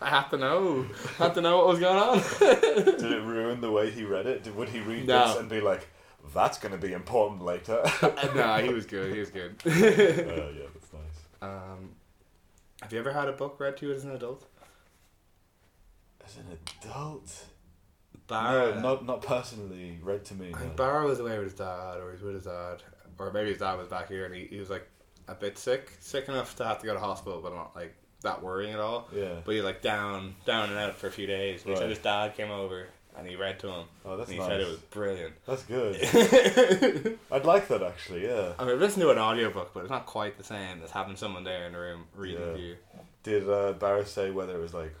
Speaker 2: I had to know, had to know what was going on.
Speaker 3: Did it ruin the way he read it? Did, would he read
Speaker 2: No.
Speaker 3: this and be like, "That's going to be important later"? uh,
Speaker 2: no, he was good. He was good.
Speaker 3: yeah, that's nice.
Speaker 2: um, have you ever had a book read to you as an adult?
Speaker 3: As an adult,
Speaker 2: Bar,
Speaker 3: no, not not personally read to me.
Speaker 2: I think
Speaker 3: No.
Speaker 2: Barrow was away with his dad, or he was with his dad, or maybe his dad was back here, and he, he was like a bit sick, sick enough to have to go to hospital, but not like that worrying at all.
Speaker 3: Yeah.
Speaker 2: But he was like down, down and out for a few days. And He said
Speaker 3: Right.
Speaker 2: his dad came over and he read to him,
Speaker 3: Oh, that's
Speaker 2: and he
Speaker 3: nice.
Speaker 2: said it was brilliant.
Speaker 3: That's good.
Speaker 2: I
Speaker 3: I'd like that actually. Yeah.
Speaker 2: mean, listen to an audiobook, but it's not quite the same as having someone there in the room reading
Speaker 3: Yeah.
Speaker 2: to you.
Speaker 3: Did uh, Barris say whether it was like,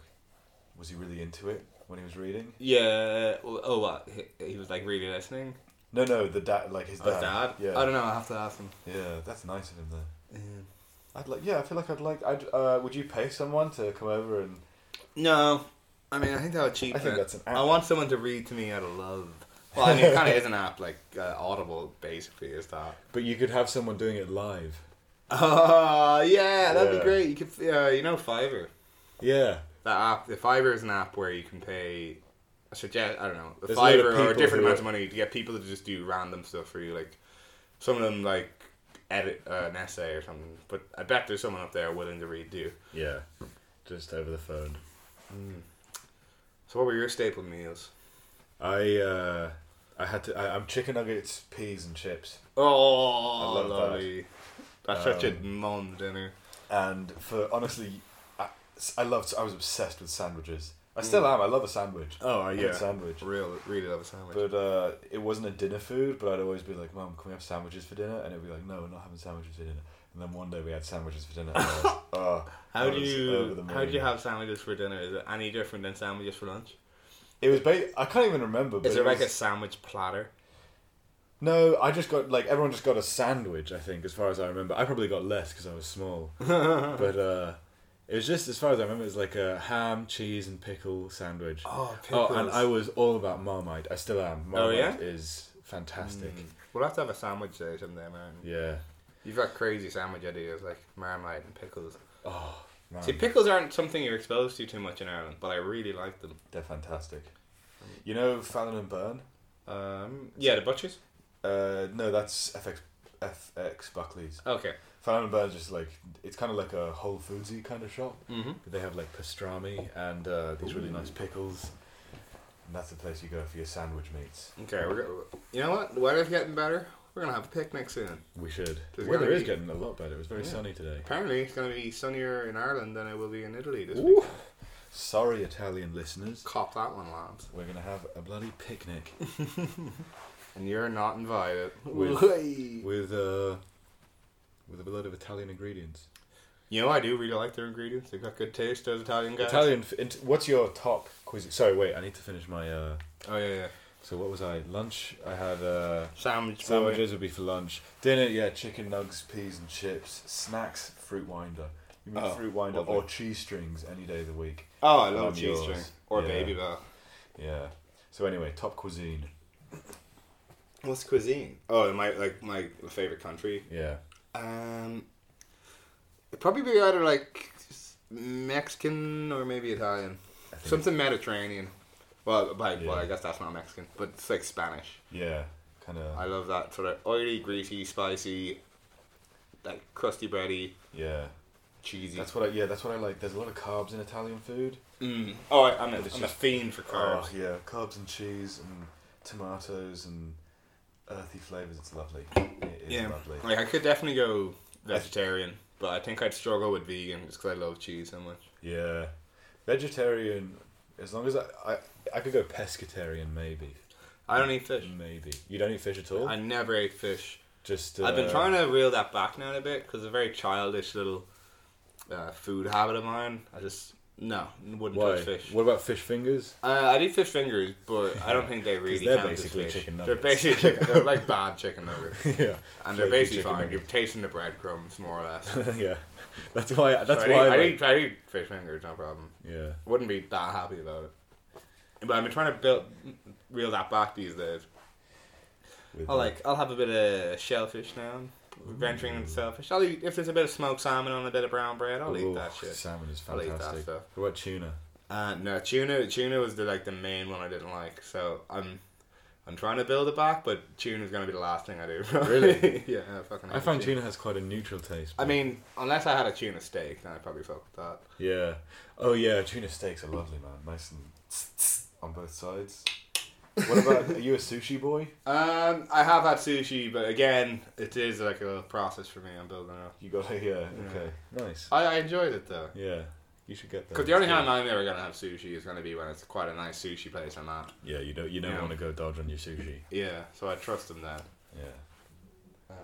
Speaker 3: was he really into it when he was reading?
Speaker 2: Yeah. well, Oh, what? He, he was like really listening.
Speaker 3: No, no, the dad, like his
Speaker 2: Oh,
Speaker 3: dad.
Speaker 2: his dad.
Speaker 3: Uh, Yeah.
Speaker 2: I don't know. I have to ask him.
Speaker 3: Yeah, that's nice of him though.
Speaker 2: Yeah.
Speaker 3: I'd like, yeah, I feel like I'd like, I'd, uh, would you pay someone to come over and?
Speaker 2: No, I mean I think that would cheapen.
Speaker 3: I think
Speaker 2: it.
Speaker 3: that's an app.
Speaker 2: I want someone to read to me out of love. Well, I mean, it kind of is an app, like uh, Audible, basically, is that.
Speaker 3: But you could have someone doing it live.
Speaker 2: Oh, yeah, that'd
Speaker 3: Yeah.
Speaker 2: be great. You could, uh, you know, Fiverr.
Speaker 3: Yeah.
Speaker 2: That app, the Fiverr is an app where you can pay, I suggest, I don't know, a
Speaker 3: There's a lot of
Speaker 2: Fiverr or
Speaker 3: people
Speaker 2: different
Speaker 3: who
Speaker 2: amounts
Speaker 3: are-
Speaker 2: of money to get people to just do random stuff for you. Like, some of them, like, edit uh, an essay or something. But I bet there's someone up there willing to read to you.
Speaker 3: Yeah. Just over the phone.
Speaker 2: So, what were your staple meals?
Speaker 3: I uh, I had to. I, I'm chicken nuggets, peas, and chips.
Speaker 2: Oh,
Speaker 3: I love that.
Speaker 2: lovely. That's such a
Speaker 3: Um,
Speaker 2: mom dinner.
Speaker 3: And for honestly, I, I loved. I was obsessed with sandwiches. I still am. I love a sandwich.
Speaker 2: Mm. Oh,
Speaker 3: I love a sandwich.
Speaker 2: Real, really love a sandwich.
Speaker 3: But uh, it wasn't a dinner food, but I'd always be like, Mum, can we have sandwiches for dinner? And it'd be like, No, we're not having sandwiches for dinner. And then one day we had sandwiches for dinner. And I was, oh, I
Speaker 2: how do
Speaker 3: was over the
Speaker 2: you how do
Speaker 3: moon.
Speaker 2: you have sandwiches for dinner? Is it any different than sandwiches for lunch?
Speaker 3: It was ba- I can't even remember. But
Speaker 2: Is it like a
Speaker 3: was-
Speaker 2: sandwich platter?
Speaker 3: No, I just got like everyone just got a sandwich. I think, as far as I remember, I probably got less because I was small. but uh, it was just as far as I remember, it was like a ham, cheese, and pickle sandwich.
Speaker 2: Oh,
Speaker 3: Oh, and I was all about Marmite. I still am. Marmite
Speaker 2: yeah? Hmm.
Speaker 3: is fantastic.
Speaker 2: We'll have to have a sandwich day someday, man.
Speaker 3: Yeah.
Speaker 2: You've got crazy sandwich ideas like marmite and pickles.
Speaker 3: Oh, man,
Speaker 2: See, pickles aren't something you're exposed to too much in Ireland, but I really like them.
Speaker 3: they're fantastic. You know Fallon and Byrne?
Speaker 2: Um, yeah, the butchers.
Speaker 3: Uh, no, that's FX FX Buckley's.
Speaker 2: Okay.
Speaker 3: Fallon and Byrne's just like it's kind of like a Whole Foodsy kind of shop.
Speaker 2: Mm-hmm.
Speaker 3: They have like pastrami and uh, these really nice pickles. And that's the place you go for your sandwich meats.
Speaker 2: Okay, we're go- you know what? The weather's getting better. We're gonna have a picnic soon.
Speaker 3: We should.
Speaker 2: There's
Speaker 3: The weather
Speaker 2: gotta
Speaker 3: is
Speaker 2: be-
Speaker 3: getting a lot better. It was very
Speaker 2: Yeah.
Speaker 3: sunny today.
Speaker 2: Apparently, it's going to be sunnier in Ireland than it will be in Italy this week.
Speaker 3: Ooh. Sorry, Italian listeners.
Speaker 2: Cop that one, lads.
Speaker 3: We're gonna have a bloody picnic
Speaker 2: And you're not invited.
Speaker 3: With-
Speaker 2: Whey.
Speaker 3: with uh, with a lot of Italian ingredients.
Speaker 2: you know, I do really like their ingredients. They've got good taste, those Italian guys.
Speaker 3: Italian. f- int- What's your top cuisine? Sorry, wait. I need to finish my. Uh,
Speaker 2: Oh, yeah, yeah.
Speaker 3: so what was I? Lunch. I had uh,
Speaker 2: Sandwich. boy.
Speaker 3: sandwiches would be for lunch. Dinner, yeah, chicken nugs, peas and chips. Snacks, fruit winder. You mean
Speaker 2: Oh,
Speaker 3: fruit winder
Speaker 2: lovely.
Speaker 3: or cheese strings any day of the week?
Speaker 2: Oh, I
Speaker 3: I'm
Speaker 2: love cheese
Speaker 3: yours.
Speaker 2: string. Or
Speaker 3: Yeah.
Speaker 2: baby bell.
Speaker 3: Yeah. So anyway, top cuisine.
Speaker 2: What's cuisine? Oh, my like my favorite country.
Speaker 3: Yeah.
Speaker 2: Um, it'd probably be either like Mexican or maybe Italian.
Speaker 3: I think
Speaker 2: Something Mediterranean. Well, like, well, I
Speaker 3: Yeah.
Speaker 2: guess that's not Mexican, but it's like Spanish.
Speaker 3: Yeah. Kind
Speaker 2: I
Speaker 3: of.
Speaker 2: love that sort of oily, greasy, spicy, like crusty, bready,
Speaker 3: Yeah.
Speaker 2: cheesy.
Speaker 3: That's what I. Yeah, that's what I like. There's a lot of carbs in Italian food.
Speaker 2: mm. Oh, I, I'm, a,
Speaker 3: It's
Speaker 2: I'm a
Speaker 3: just-
Speaker 2: fiend for carbs.
Speaker 3: Oh yeah, carbs and cheese and tomatoes and earthy flavors. It's lovely. It is
Speaker 2: yeah,
Speaker 3: lovely.
Speaker 2: like I could definitely go vegetarian, but I think I'd struggle with vegan just because I love cheese so much.
Speaker 3: Yeah, vegetarian. As long as I, I, I could go pescatarian maybe.
Speaker 2: I don't eat fish.
Speaker 3: Maybe you don't eat fish at all.
Speaker 2: I never ate fish.
Speaker 3: Just uh,
Speaker 2: I've been trying to reel that back now a bit because a very childish little uh, food habit of mine. I just no wouldn't
Speaker 3: Why?
Speaker 2: touch fish.
Speaker 3: What about fish fingers?
Speaker 2: Uh, I eat fish fingers, but I don't think they really.
Speaker 3: they're
Speaker 2: count as
Speaker 3: basically
Speaker 2: fish.
Speaker 3: chicken
Speaker 2: They're
Speaker 3: nuggets.
Speaker 2: basically chicken, they're like bad chicken nuggets,
Speaker 3: yeah.
Speaker 2: and they're
Speaker 3: Flaky
Speaker 2: basically
Speaker 3: chicken
Speaker 2: fine.
Speaker 3: nuggets.
Speaker 2: You're tasting the breadcrumbs more or less.
Speaker 3: yeah. That's why. That's
Speaker 2: So I
Speaker 3: why.
Speaker 2: eat,
Speaker 3: like-
Speaker 2: I, eat, I eat fish fingers, no problem.
Speaker 3: yeah.
Speaker 2: Wouldn't be that happy about it. But I've been trying to build reel that back these days.
Speaker 3: With,
Speaker 2: I'll like I'll have a bit of shellfish now. Venturing
Speaker 3: Mm.
Speaker 2: into shellfish. I'll eat if there's a bit of smoked salmon on a bit of brown bread. I'll
Speaker 3: oh,
Speaker 2: eat that shit.
Speaker 3: Salmon is
Speaker 2: I'll eat that
Speaker 3: fantastic.
Speaker 2: stuff.
Speaker 3: What about tuna?
Speaker 2: Uh, no tuna. Tuna was the like the main one I didn't like. So I'm I'm trying to build it back, but tuna's gonna be the last thing I do.
Speaker 3: Really?
Speaker 2: yeah. I fucking.
Speaker 3: I
Speaker 2: hate
Speaker 3: find tuna has quite a neutral taste.
Speaker 2: I
Speaker 3: but-
Speaker 2: mean, unless I had a tuna steak, then I'd probably fuck with that.
Speaker 3: Yeah. Oh yeah, tuna steaks are lovely, man. Nice and on both sides. What about are you a sushi boy?
Speaker 2: Um, I have had sushi, but again, it is like a process for me. I'm building it up.
Speaker 3: You got a yeah. Okay. Nice.
Speaker 2: I, I enjoyed it though.
Speaker 3: Yeah. You should get that.
Speaker 2: Because the only time I'm ever gonna have sushi is gonna be when it's quite a nice sushi place I'm at.
Speaker 3: Yeah, you don't. You don't
Speaker 2: Yeah.
Speaker 3: want to go dodge on your sushi.
Speaker 2: Yeah, so I trust them then.
Speaker 3: Yeah.
Speaker 2: Um,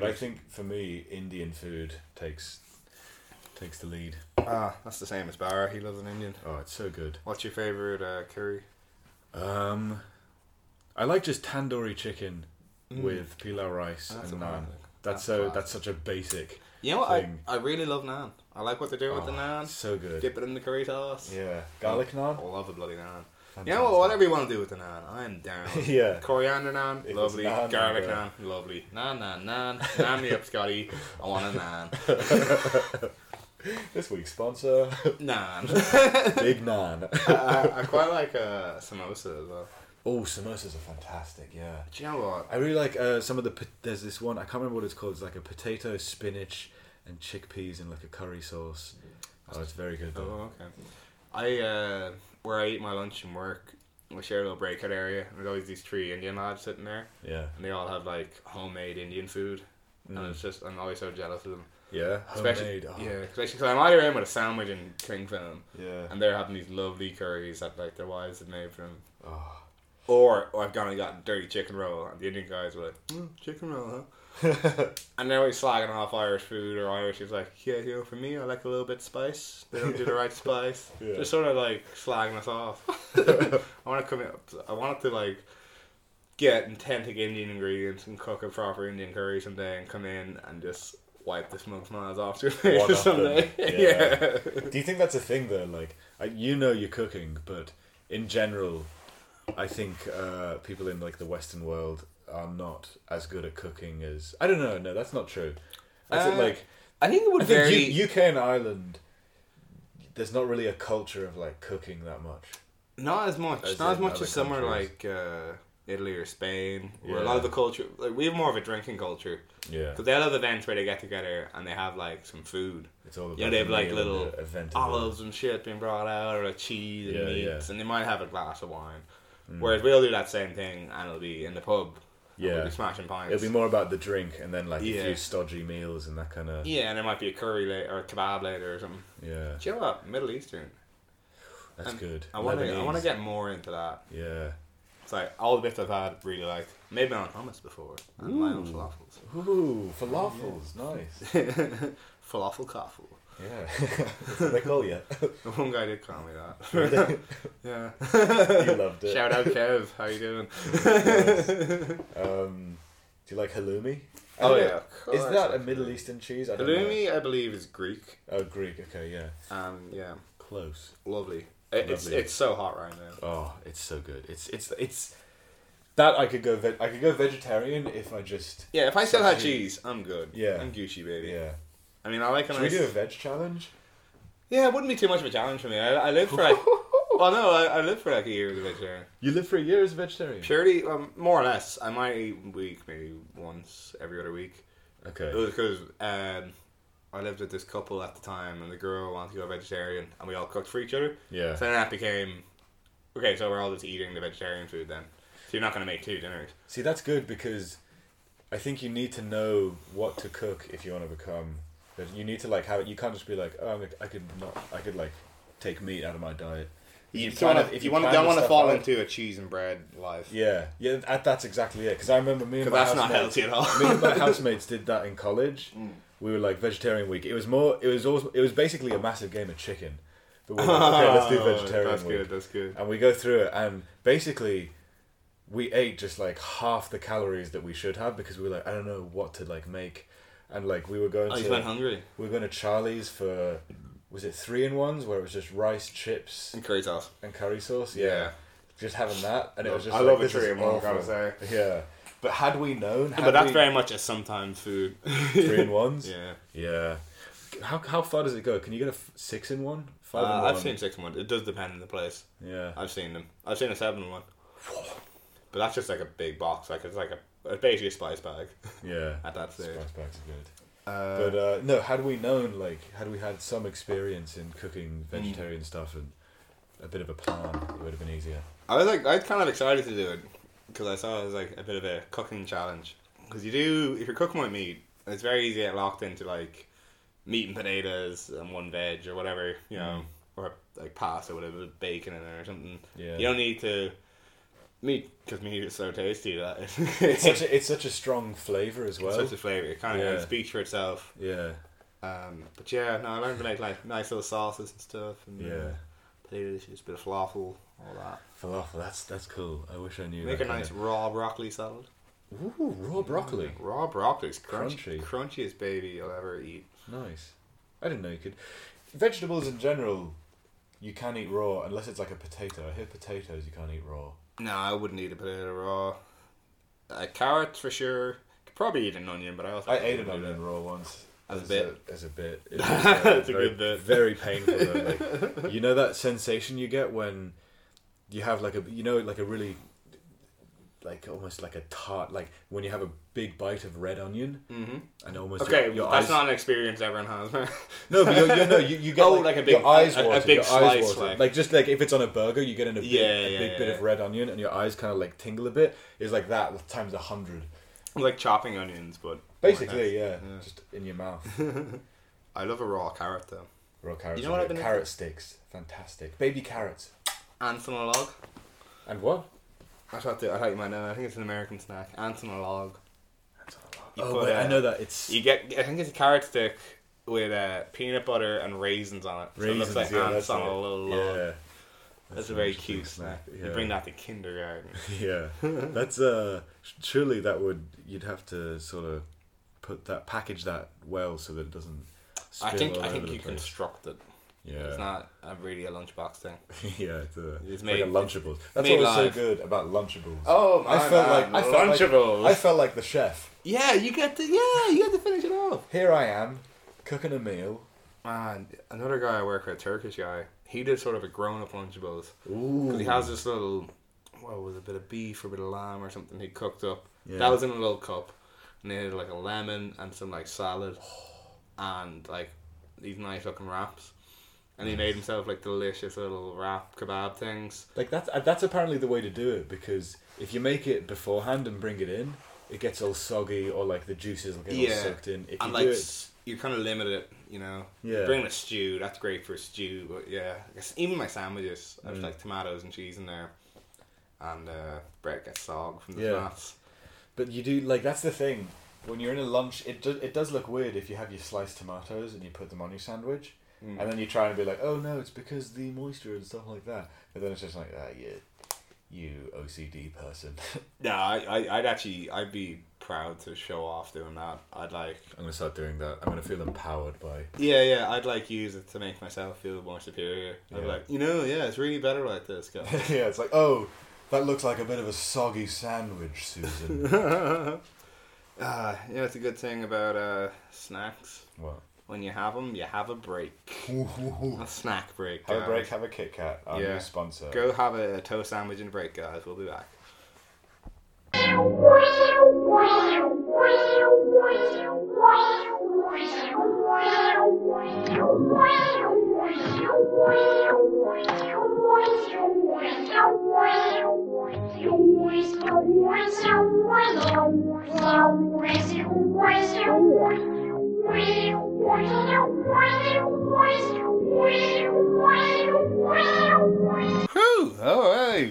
Speaker 3: But I think for me, Indian food takes takes the lead.
Speaker 2: ah, that's the same as Barra. He loves an Indian.
Speaker 3: Oh, it's so good.
Speaker 2: What's your favorite uh, curry?
Speaker 3: Um, I like just tandoori chicken with pilau rice
Speaker 2: Mm. That's
Speaker 3: and
Speaker 2: a
Speaker 3: naan.
Speaker 2: classic.
Speaker 3: That's
Speaker 2: That's
Speaker 3: so.
Speaker 2: classic.
Speaker 3: That's such a basic.
Speaker 2: You know what? I,
Speaker 3: Thing.
Speaker 2: I really love naan. I like what they're doing with the
Speaker 3: Oh,
Speaker 2: naan.
Speaker 3: So good.
Speaker 2: Dip it in the curry sauce.
Speaker 3: Yeah, garlic
Speaker 2: I
Speaker 3: naan.
Speaker 2: love the bloody naan. You know what?
Speaker 3: Fantastic.
Speaker 2: Whatever you want to do with the naan, I am down.
Speaker 3: yeah.
Speaker 2: Coriander naan,
Speaker 3: If it's
Speaker 2: lovely.
Speaker 3: naan,
Speaker 2: Garlic
Speaker 3: yeah.
Speaker 2: naan, lovely. Naan, naan, naan. Naan me up, Scotty. I want a naan.
Speaker 3: This week's sponsor,
Speaker 2: Naan.
Speaker 3: Big Nan.
Speaker 2: I, I quite like uh, samosa as well.
Speaker 3: oh, samosas are fantastic. Yeah,
Speaker 2: Do you know what?
Speaker 3: I really like uh, some of the. po- There's this one I can't remember what it's called. It's like a potato, spinach, and chickpeas in like a curry sauce. Oh, it's very good. Though.
Speaker 2: Oh, okay. I uh, where I eat my lunch and work, we share a little breakout area, and there's always these three Indian lads sitting there,
Speaker 3: Yeah,
Speaker 2: and they all have like homemade Indian food, and it's just I'm always so jealous of them.
Speaker 3: yeah,
Speaker 2: Especially,
Speaker 3: Mm. homemade. Oh.
Speaker 2: yeah, especially 'cause I'm either in with a sandwich and cling film,
Speaker 3: yeah.
Speaker 2: and they're having these lovely curries that like their wives had made for them.
Speaker 3: Oh.
Speaker 2: Or, or I've gone and gotten dirty chicken roll, and the Indian guys were like, mm, chicken roll, huh? And they're always slagging off Irish food or Irish. It's like, yeah, you know, for me, I like a little bit spice. They don't do the right spice.
Speaker 3: Yeah.
Speaker 2: Just sort of like slagging us off. I want to come. in- I wanted to like get authentic Indian ingredients and cook a proper Indian curry someday, and come in and just wipe the smoke miles off your
Speaker 3: One
Speaker 2: face
Speaker 3: up
Speaker 2: someday.
Speaker 3: them.
Speaker 2: Yeah.
Speaker 3: Do you think that's a thing though? Like, I, you know, you're cooking, but in general, I think uh, people in like the Western world are not as good at cooking as I don't know. No, that's not true. That's it,
Speaker 2: Uh,
Speaker 3: like
Speaker 2: I think it would
Speaker 3: I think
Speaker 2: vary.
Speaker 3: U- UK and Ireland, there's not really a culture of like cooking that much.
Speaker 2: not as much.
Speaker 3: As
Speaker 2: not as
Speaker 3: in
Speaker 2: much
Speaker 3: other
Speaker 2: as somewhere
Speaker 3: countries.
Speaker 2: like uh, Italy or Spain, where a lot
Speaker 3: Yeah.
Speaker 2: of the culture, like we have more of a drinking culture.
Speaker 3: Yeah,
Speaker 2: Because they'll have events where they get together and they have like some food.
Speaker 3: it's all about
Speaker 2: You know, they have
Speaker 3: the
Speaker 2: like
Speaker 3: meal and
Speaker 2: little
Speaker 3: the event of
Speaker 2: olives and shit being brought out, or like cheese and
Speaker 3: Yeah, Mm.
Speaker 2: meats, and they might have a glass of wine. Whereas we'll do that same thing and it'll be in the pub.
Speaker 3: it.
Speaker 2: We'll
Speaker 3: Yeah,
Speaker 2: be smashing pints.
Speaker 3: it'll be more about the drink and then like a
Speaker 2: Yeah.
Speaker 3: few stodgy meals and that kind of
Speaker 2: yeah, and there might be a curry later or a kebab later or something.
Speaker 3: yeah.
Speaker 2: Do you know what? Middle Eastern.
Speaker 3: That's
Speaker 2: Um,
Speaker 3: good.
Speaker 2: I want to. I
Speaker 3: Lebanese.
Speaker 2: want to get more into that.
Speaker 3: yeah.
Speaker 2: It's like all the bits I've had really liked. Made my own hummus before and my own falafels.
Speaker 3: Ooh, falafels, nice.
Speaker 2: Falafel kaffel.
Speaker 3: Yeah, That's what they call you.
Speaker 2: The one guy did call me that. yeah.
Speaker 3: You loved it.
Speaker 2: Shout out Kev. How you doing?
Speaker 3: Um, do you like halloumi? I
Speaker 2: Oh
Speaker 3: don't
Speaker 2: yeah.
Speaker 3: know.
Speaker 2: of course
Speaker 3: is that
Speaker 2: I
Speaker 3: a
Speaker 2: do.
Speaker 3: Middle Eastern cheese? I don't know.
Speaker 2: Halloumi, I believe, is Greek.
Speaker 3: Oh, Greek. Okay, yeah,
Speaker 2: Um, yeah,
Speaker 3: close.
Speaker 2: lovely. It, It's
Speaker 3: Lovely.
Speaker 2: it's so hot right now.
Speaker 3: Oh, it's so good. It's it's it's that I could go ve- I could go vegetarian if I just
Speaker 2: Yeah, if I still had
Speaker 3: Sushi.
Speaker 2: cheese, I'm good.
Speaker 3: Yeah.
Speaker 2: I'm Gucci baby.
Speaker 3: yeah.
Speaker 2: I mean, I like a
Speaker 3: Should we
Speaker 2: nice.
Speaker 3: do a veg challenge?
Speaker 2: Yeah, it wouldn't be too much of a challenge for me. I, I lived for like. well, no, I, I lived for like a year as a vegetarian.
Speaker 3: You live for a year as a vegetarian.
Speaker 2: Purely, um, more or less, I might eat a week maybe once every other week.
Speaker 3: Okay.
Speaker 2: It was because um, I lived with this couple at the time, and the girl wanted to go vegetarian, and we all cooked for each other.
Speaker 3: Yeah.
Speaker 2: So then that became okay. So we're all just eating the vegetarian food then. So you're not gonna make two dinners.
Speaker 3: See, that's good because I think you need to know what to cook if you want to become. You need to like have it. You can't just be like, oh, I'm, I could not. I could like take meat out of my diet.
Speaker 2: You,
Speaker 3: can
Speaker 2: kind of,
Speaker 3: have-
Speaker 2: if
Speaker 3: you
Speaker 2: you, want,
Speaker 3: can
Speaker 2: don't
Speaker 3: have
Speaker 2: want to
Speaker 3: stuff
Speaker 2: fall
Speaker 3: out.
Speaker 2: into a cheese and bread life.
Speaker 3: Yeah, yeah, that, that's exactly it. Because I remember me and
Speaker 2: 'Cause
Speaker 3: my
Speaker 2: that's not Mm.
Speaker 3: housemates,
Speaker 2: healthy at all.
Speaker 3: me and my housemates did that in college. We were like vegetarian week. It was more. It was always. It was basically a massive game of chicken. But we were like, okay, let's do
Speaker 2: Oh,
Speaker 3: vegetarian
Speaker 2: That's
Speaker 3: week.
Speaker 2: good. That's good.
Speaker 3: And we go through it, and basically, we ate just like half the calories that we should have because we were like, I don't know what to like make, and like we were going
Speaker 2: Oh,
Speaker 3: to
Speaker 2: you went hungry.
Speaker 3: we were going to Charlie's for was it three in ones where it was just rice, chips,
Speaker 2: And curry sauce.
Speaker 3: and curry sauce. Yeah, just having that, and it was just
Speaker 2: I
Speaker 3: like,
Speaker 2: love a
Speaker 3: this is
Speaker 2: three in one. Gotta
Speaker 3: awful.
Speaker 2: say.
Speaker 3: Yeah, but had we known, had
Speaker 2: But that's
Speaker 3: we,
Speaker 2: very much a sometime food.
Speaker 3: three in ones.
Speaker 2: yeah.
Speaker 3: yeah. How how far does it go? Can you get a f- six in one?
Speaker 2: Uh,
Speaker 3: Five in one.
Speaker 2: I've seen six in one. It does depend on the place.
Speaker 3: Yeah.
Speaker 2: I've seen them. I've seen a seven in one. But that's just like a big box. Like it's like a it's basically a spice bag
Speaker 3: yeah.
Speaker 2: at that stage.
Speaker 3: Spice bags are good.
Speaker 2: Uh,
Speaker 3: But uh, no, had we known, like, had we had some experience in cooking vegetarian
Speaker 2: Mm.
Speaker 3: stuff and a bit of a plan, it would have been easier.
Speaker 2: I was like, I was kind of excited to do it because I saw it was like a bit of a cooking challenge. Because you do, if you're cooking with meat, it's very easy to get locked into like meat and potatoes and one veg or whatever, you know, or like pasta, whatever, with bacon in there or something.
Speaker 3: Yeah.
Speaker 2: You don't need to meat because meat is so tasty that
Speaker 3: It's such a, it's such a strong flavour as well.
Speaker 2: such a flavour. It kind of
Speaker 3: Yeah.
Speaker 2: speaks for itself.
Speaker 3: yeah,
Speaker 2: Um, but yeah, no, I learned to make like nice little sauces and stuff, and
Speaker 3: yeah.
Speaker 2: uh, potato dishes, bit of falafel, all that.
Speaker 3: Falafel, that's that's cool. I wish I knew.
Speaker 2: Make a
Speaker 3: that
Speaker 2: nice Mm.
Speaker 3: kinda-
Speaker 2: raw broccoli salad.
Speaker 3: Ooh, raw broccoli.
Speaker 2: Raw broccoli's crunchy,
Speaker 3: Crunchy.
Speaker 2: crunchiest baby you'll ever eat.
Speaker 3: Nice. I didn't know you could. Vegetables in general, you can eat raw unless it's like a potato. I hear potatoes you can't eat raw.
Speaker 2: No, I wouldn't eat a potato raw. Uh, carrots for sure. Could probably eat an onion, but I also
Speaker 3: I ate an
Speaker 2: wouldn't do
Speaker 3: onion raw once.
Speaker 2: As a bit?
Speaker 3: A, as a bit. It uh,
Speaker 2: That's a
Speaker 3: very,
Speaker 2: good bit.
Speaker 3: Very painful. Though. Like, you know that sensation you get when you have like a you know like a really like almost like a tart like when you have a big bite of red onion
Speaker 2: that. Mhm.
Speaker 3: and almost
Speaker 2: Okay,
Speaker 3: your, your
Speaker 2: that's
Speaker 3: eyes,
Speaker 2: not an experience everyone has. man.
Speaker 3: no but you're, you're, no you, you get
Speaker 2: Oh,
Speaker 3: like,
Speaker 2: like a big-
Speaker 3: your eyes
Speaker 2: a- a
Speaker 3: water,
Speaker 2: big
Speaker 3: your
Speaker 2: slice,
Speaker 3: eyes water.
Speaker 2: like-
Speaker 3: Like, just like if it's on a burger you get in a big,
Speaker 2: Yeah,
Speaker 3: a
Speaker 2: yeah,
Speaker 3: big
Speaker 2: yeah,
Speaker 3: bit
Speaker 2: yeah.
Speaker 3: of red onion and your eyes kind of like tingle a bit is like that times a hundred
Speaker 2: like chopping onions, but
Speaker 3: basically
Speaker 2: Oh
Speaker 3: yeah, just in your mouth
Speaker 2: I love a raw carrot though.
Speaker 3: Raw carrots.
Speaker 2: You know what
Speaker 3: and
Speaker 2: I've been
Speaker 3: carrot sticks. Fantastic. Baby carrots.
Speaker 2: Ansonologue.
Speaker 3: And what?
Speaker 2: I thought the, I thought you might know. that. I think it's an American snack. Ansonologue. You
Speaker 3: Oh
Speaker 2: put,
Speaker 3: wait, I
Speaker 2: uh,
Speaker 3: know that. It's
Speaker 2: You get, I think it's a carrot stick with uh, peanut butter and raisins on it.
Speaker 3: raisins.
Speaker 2: so it looks like
Speaker 3: yeah,
Speaker 2: ants
Speaker 3: that's
Speaker 2: on
Speaker 3: it.
Speaker 2: a little
Speaker 3: Yeah.
Speaker 2: log.
Speaker 3: That's,
Speaker 2: That's, a
Speaker 3: an
Speaker 2: very
Speaker 3: interesting
Speaker 2: cute snack.
Speaker 3: Yeah.
Speaker 2: You bring that to kindergarten.
Speaker 3: Yeah. That's uh. sh- Surely that would you'd have to sort of put that package that well so that it doesn't.
Speaker 2: I
Speaker 3: spill
Speaker 2: think
Speaker 3: all
Speaker 2: I
Speaker 3: over
Speaker 2: think
Speaker 3: the
Speaker 2: you
Speaker 3: place.
Speaker 2: construct it. It's
Speaker 3: Yeah.
Speaker 2: not a, really a lunchbox thing.
Speaker 3: yeah. It's, a,
Speaker 2: It's
Speaker 3: it's
Speaker 2: made-
Speaker 3: like a Lunchables. That's
Speaker 2: made
Speaker 3: what was so
Speaker 2: live.
Speaker 3: good about Lunchables.
Speaker 2: Oh
Speaker 3: I felt like I felt
Speaker 2: Lunchables.
Speaker 3: Like, I felt like the chef.
Speaker 2: Yeah, you get to yeah, you get to finish it off.
Speaker 3: Here I am, cooking a meal.
Speaker 2: Man, another guy I work with, a Turkish guy, he did sort of a grown up Lunchables.
Speaker 3: Ooh.
Speaker 2: Because he has this little, what was it, a bit of beef or a bit of lamb or something he cooked up.
Speaker 3: Yeah.
Speaker 2: That was in a little cup. And they had like a lemon and some like salad and like these nice looking wraps. And he made himself like delicious little wrap kebab things.
Speaker 3: Like that's uh, that's apparently the way to do it because if you make it beforehand and bring it in, it gets all soggy or like the juices will get
Speaker 2: Yeah.
Speaker 3: all soaked in. If you
Speaker 2: and like,
Speaker 3: do it,
Speaker 2: s you're kind of limited, you know.
Speaker 3: Yeah.
Speaker 2: Bring a stew, that's great for a stew. But yeah, I guess even my sandwiches, I have
Speaker 3: Mm.
Speaker 2: like tomatoes and cheese in there. And uh, bread gets sog from the
Speaker 3: Yeah.
Speaker 2: tomatoes.
Speaker 3: but you do like that's the thing. When you're in a lunch, it do, it does look weird if you have your sliced tomatoes and you put them on your sandwich,
Speaker 2: Mm.
Speaker 3: and then you try and be like, oh no, it's because the moisture and stuff like that. But then it's just like, ah, you, you OCD person.
Speaker 2: No, I, I, I'd actually, I'd be proud to show off doing that. I'd like,
Speaker 3: I'm gonna start doing that. I'm gonna feel empowered by.
Speaker 2: yeah, yeah, I'd like use it to make myself feel more superior. I'd be
Speaker 3: Yeah.
Speaker 2: like, you know, yeah, it's really better like this, guys.
Speaker 3: yeah, it's like oh. That looks like a bit of a soggy sandwich, Susan.
Speaker 2: Ah, you know, it's a good thing about uh, snacks.
Speaker 3: what?
Speaker 2: When you have them, you have a break. A snack break.
Speaker 3: Have a
Speaker 2: guys.
Speaker 3: break, have a Kit Kat, our
Speaker 2: Yeah.
Speaker 3: new sponsor.
Speaker 2: Go have a toast sandwich and a break, guys. We'll be back.
Speaker 4: Wow.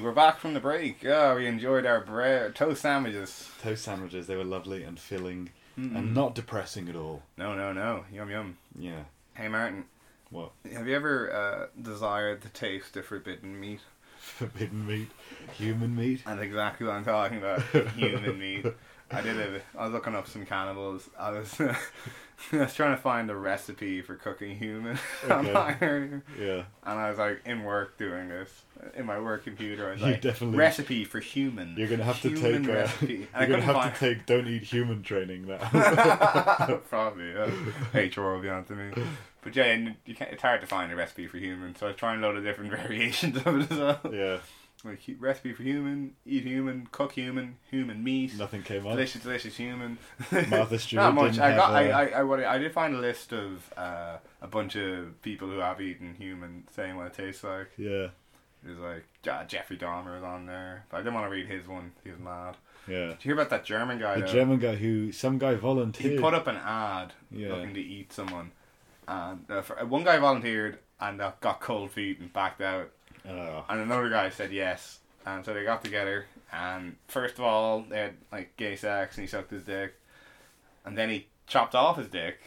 Speaker 2: we're back from the break. Oh, we enjoyed our bread, toast sandwiches.
Speaker 3: Toast sandwiches, they were lovely and filling
Speaker 2: Mm.
Speaker 3: and not depressing at all.
Speaker 2: No, no, no. Yum, yum.
Speaker 3: Yeah.
Speaker 2: Hey, Martin.
Speaker 3: What?
Speaker 2: Have you ever uh, desired the taste of forbidden meat?
Speaker 3: Forbidden meat? Human meat?
Speaker 2: That's exactly what I'm talking about. Human meat. I did it. I was looking up some cannibals. I was, I was trying to find a recipe for cooking human on
Speaker 3: Okay.
Speaker 2: my earlier.
Speaker 3: Yeah.
Speaker 2: And I was like in work doing this in my work computer. I was
Speaker 3: You
Speaker 2: like
Speaker 3: definitely-
Speaker 2: recipe for human.
Speaker 3: You're gonna have to
Speaker 2: human
Speaker 3: take. Uh,
Speaker 2: recipe.
Speaker 3: you're
Speaker 2: And
Speaker 3: gonna
Speaker 2: I couldn't
Speaker 3: have to
Speaker 2: find
Speaker 3: take. Don't eat human training now.
Speaker 2: probably yeah. HR will be on to me. But yeah, and you can't, it's hard to find a recipe for human, so I was trying a lot of different variations of it as well.
Speaker 3: yeah.
Speaker 2: Like hu- recipe for human, eat human, cook human, human meat,
Speaker 3: Nothing came up.
Speaker 2: delicious, delicious human.
Speaker 3: Martha Stewart.
Speaker 2: Not much.
Speaker 3: Didn't
Speaker 2: I
Speaker 3: have
Speaker 2: got. I
Speaker 3: a-
Speaker 2: I I what I I did find a list of uh, a bunch of people who have eaten human saying what it tastes like.
Speaker 3: Yeah.
Speaker 2: It was like uh, Jeffrey Dahmer was on there, but I didn't want to read his one. He was mad.
Speaker 3: Yeah.
Speaker 2: Did you hear about that German guy?
Speaker 3: The
Speaker 2: though?
Speaker 3: German guy who some guy volunteered.
Speaker 2: he put up an ad
Speaker 3: Yeah.
Speaker 2: looking to eat someone, and uh, for, one guy volunteered and uh, got cold feet and backed out,
Speaker 3: Oh,
Speaker 2: and another guy said yes, and so they got together. And first of all, they had like gay sex, and he sucked his dick, and then he chopped off his dick,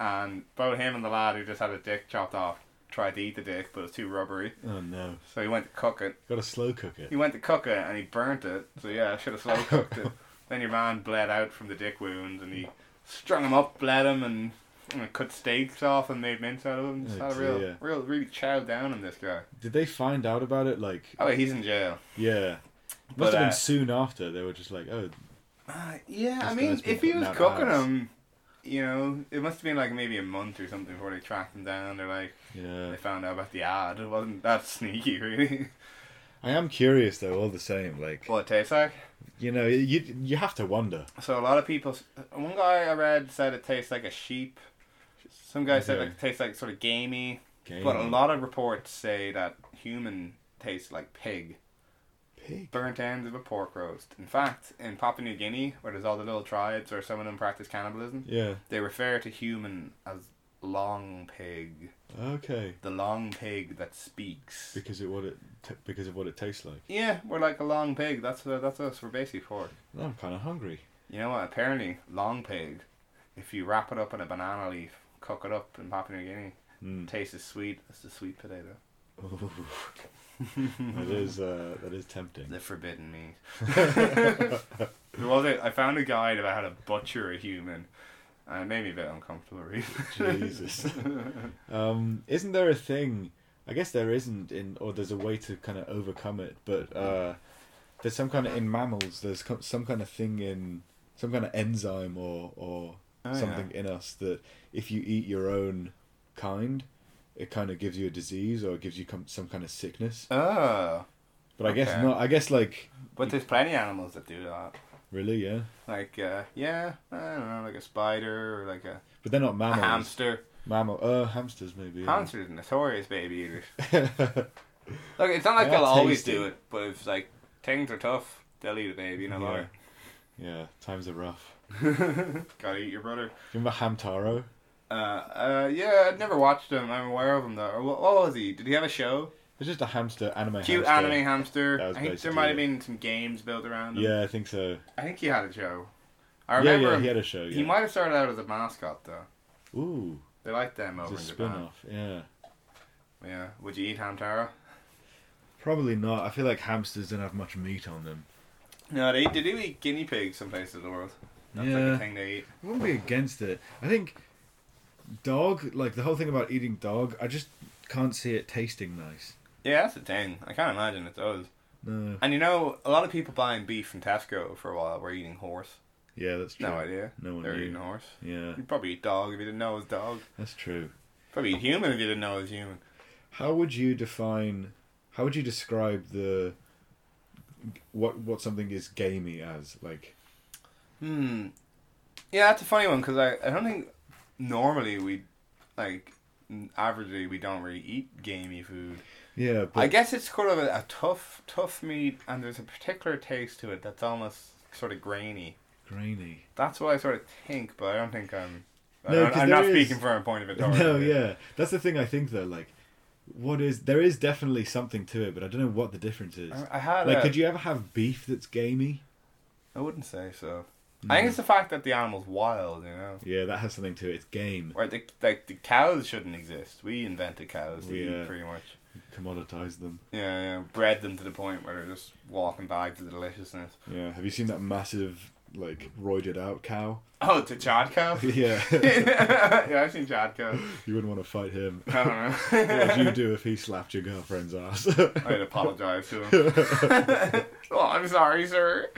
Speaker 2: and both him and the lad who just had a dick chopped off tried to eat the dick, but it was too rubbery,
Speaker 3: oh no.
Speaker 2: so he went to cook it.
Speaker 3: Got to slow cook it.
Speaker 2: He went to cook it and he burnt it. So yeah, I should have slow cooked it. then your man bled out from the dick wounds and he strung him up, bled him, and, and cut steaks off and made mince out of him. Just
Speaker 3: Oh,
Speaker 2: had a real,
Speaker 3: dear.
Speaker 2: real, really chowed down on this guy.
Speaker 3: Did they find out about it? Like,
Speaker 2: Oh wait, he's in jail.
Speaker 3: yeah.
Speaker 2: But,
Speaker 3: Must have been
Speaker 2: uh,
Speaker 3: soon after. They were just like, oh,
Speaker 2: Uh, yeah, I
Speaker 3: This
Speaker 2: mean,
Speaker 3: guy's been
Speaker 2: if he
Speaker 3: putting
Speaker 2: was
Speaker 3: out
Speaker 2: cooking
Speaker 3: ads.
Speaker 2: him, you know, it must have been like maybe a month or something before they tracked him down. They're like,
Speaker 3: yeah.
Speaker 2: they found out about the ad. It wasn't that sneaky, really.
Speaker 3: I am curious though. All the same, like,
Speaker 2: what it tastes like?
Speaker 3: you know, you you have to wonder.
Speaker 2: So a lot of people. One guy I read said it tastes like a sheep. Some guy said
Speaker 3: Okay.
Speaker 2: like it tastes like sort of gamey,
Speaker 3: Game.
Speaker 2: But a lot of reports say that human tastes like pig.
Speaker 3: Pig.
Speaker 2: Burnt ends of a pork roast. In fact, in Papua New Guinea, where there's all the little tribes where some of them practice cannibalism,
Speaker 3: Yeah.
Speaker 2: they refer to human as long pig,
Speaker 3: Okay.
Speaker 2: the long pig that speaks.
Speaker 3: Because it what it t- because of what it tastes like.
Speaker 2: Yeah, we're like a long pig. That's uh, that's us. We're basically pork.
Speaker 3: Now I'm kind of hungry.
Speaker 2: You know what? Apparently, long pig, if you wrap it up in a banana leaf, cook it up in Papua New Guinea,
Speaker 3: Mm.
Speaker 2: tastes as sweet as the sweet potato.
Speaker 3: Ooh. that is uh, that is tempting.
Speaker 2: The forbidden meat. there was a, I found a guide about how to butcher a human, and it made me a bit uncomfortable. Really.
Speaker 3: Jesus. Um, isn't there a thing? I guess there isn't in, or there's a way to kind of overcome it. But uh, there's some kind of in mammals. There's co- some kind of thing in some kind of enzyme or or
Speaker 2: Oh, yeah.
Speaker 3: something in us that if you eat your own kind, it kind of gives you a disease or it gives you com- some kind of sickness.
Speaker 2: Oh,
Speaker 3: But I guess
Speaker 2: Okay.
Speaker 3: not. I guess like
Speaker 2: but there's plenty of animals that do that.
Speaker 3: really, yeah.
Speaker 2: Like, uh, yeah, I don't know, like a spider or like a,
Speaker 3: But they're not
Speaker 2: a
Speaker 3: mammals.
Speaker 2: hamster.
Speaker 3: Mammal. Uh, hamsters maybe. yeah.
Speaker 2: Hamsters are notorious baby eaters. Look, it's not like
Speaker 3: They are
Speaker 2: they'll always
Speaker 3: tasty.
Speaker 2: do it, but if like things are tough, they'll eat a baby, no
Speaker 3: Yeah.
Speaker 2: matter.
Speaker 3: yeah. Times are rough.
Speaker 2: Gotta eat your brother.
Speaker 3: Do you remember Hamtaro?
Speaker 2: Uh, uh, yeah, I'd never watched him. I'm aware of him though. What, what was he? Did he have a show?
Speaker 3: It's just a hamster anime.
Speaker 2: Cute
Speaker 3: hamster.
Speaker 2: anime hamster.
Speaker 3: That was
Speaker 2: I think there
Speaker 3: basically
Speaker 2: might have
Speaker 3: it.
Speaker 2: been some games built around him.
Speaker 3: Yeah, I think so.
Speaker 2: I think he had a show. I
Speaker 3: yeah,
Speaker 2: remember
Speaker 3: yeah,
Speaker 2: him.
Speaker 3: he
Speaker 2: He,
Speaker 3: had a show. Yeah.
Speaker 2: might have started out as a mascot though.
Speaker 3: Ooh,
Speaker 2: They like them over
Speaker 3: it's a
Speaker 2: in Japan.
Speaker 3: spin-off. Yeah,
Speaker 2: Yeah. Would you eat Hamtaro?
Speaker 3: probably not. I feel like hamsters don't have much meat on them.
Speaker 2: No, they, they do eat guinea pigs some places in the world. That's like
Speaker 3: Yeah.
Speaker 2: a thing they eat.
Speaker 3: I wouldn't be against it. I think dog, like the whole thing about eating dog, I just can't see it tasting nice.
Speaker 2: Yeah, that's the thing. I can't imagine it does.
Speaker 3: No.
Speaker 2: And you know, a lot of people buying beef from Tesco for a while were eating horse.
Speaker 3: Yeah, that's true.
Speaker 2: No idea.
Speaker 3: No one
Speaker 2: They're
Speaker 3: knew.
Speaker 2: eating horse.
Speaker 3: Yeah,
Speaker 2: You'd probably eat dog if you didn't know it was dog.
Speaker 3: that's true. Oh.
Speaker 2: Probably eat human if you didn't know it was human.
Speaker 3: How would you define? How would you describe the what what something is gamey as? Like,
Speaker 2: Hmm. Yeah, that's a funny one because I, I don't think normally we, like, n- averagely we don't really eat gamey food.
Speaker 3: yeah, but
Speaker 2: I guess it's sort of a, a tough, tough meat and there's a particular taste to it that's almost sort of grainy.
Speaker 3: grainy.
Speaker 2: That's what I sort of think, but I don't think I'm. I
Speaker 3: No,
Speaker 2: don't-
Speaker 3: 'cause
Speaker 2: I'm not
Speaker 3: there is-
Speaker 2: speaking from a point of authority.
Speaker 3: No, yeah, that's the thing. I think though, like what is there is definitely something to it, but I don't know what the difference is.
Speaker 2: I, I had.
Speaker 3: Like,
Speaker 2: a-
Speaker 3: could you ever have beef that's gamey?
Speaker 2: I wouldn't say so. I
Speaker 3: Mm.
Speaker 2: think it's the fact that the animal's wild, you know.
Speaker 3: Yeah, that has something to it. It's game.
Speaker 2: Right, the, like the cows shouldn't exist. We invented cows to
Speaker 3: Yeah.
Speaker 2: eat, pretty much.
Speaker 3: Commoditize them.
Speaker 2: Yeah, yeah, bred them to the point where they're just walking back to the deliciousness.
Speaker 3: Yeah. Have you seen that massive, like, roided out cow?
Speaker 2: Oh, to Chad cow.
Speaker 3: yeah.
Speaker 2: yeah, I've seen Chad cow.
Speaker 3: you wouldn't want to fight him.
Speaker 2: I don't know.
Speaker 3: what would you do if he slapped your girlfriend's ass?
Speaker 2: I'd apologize to him. oh, I'm sorry, sir.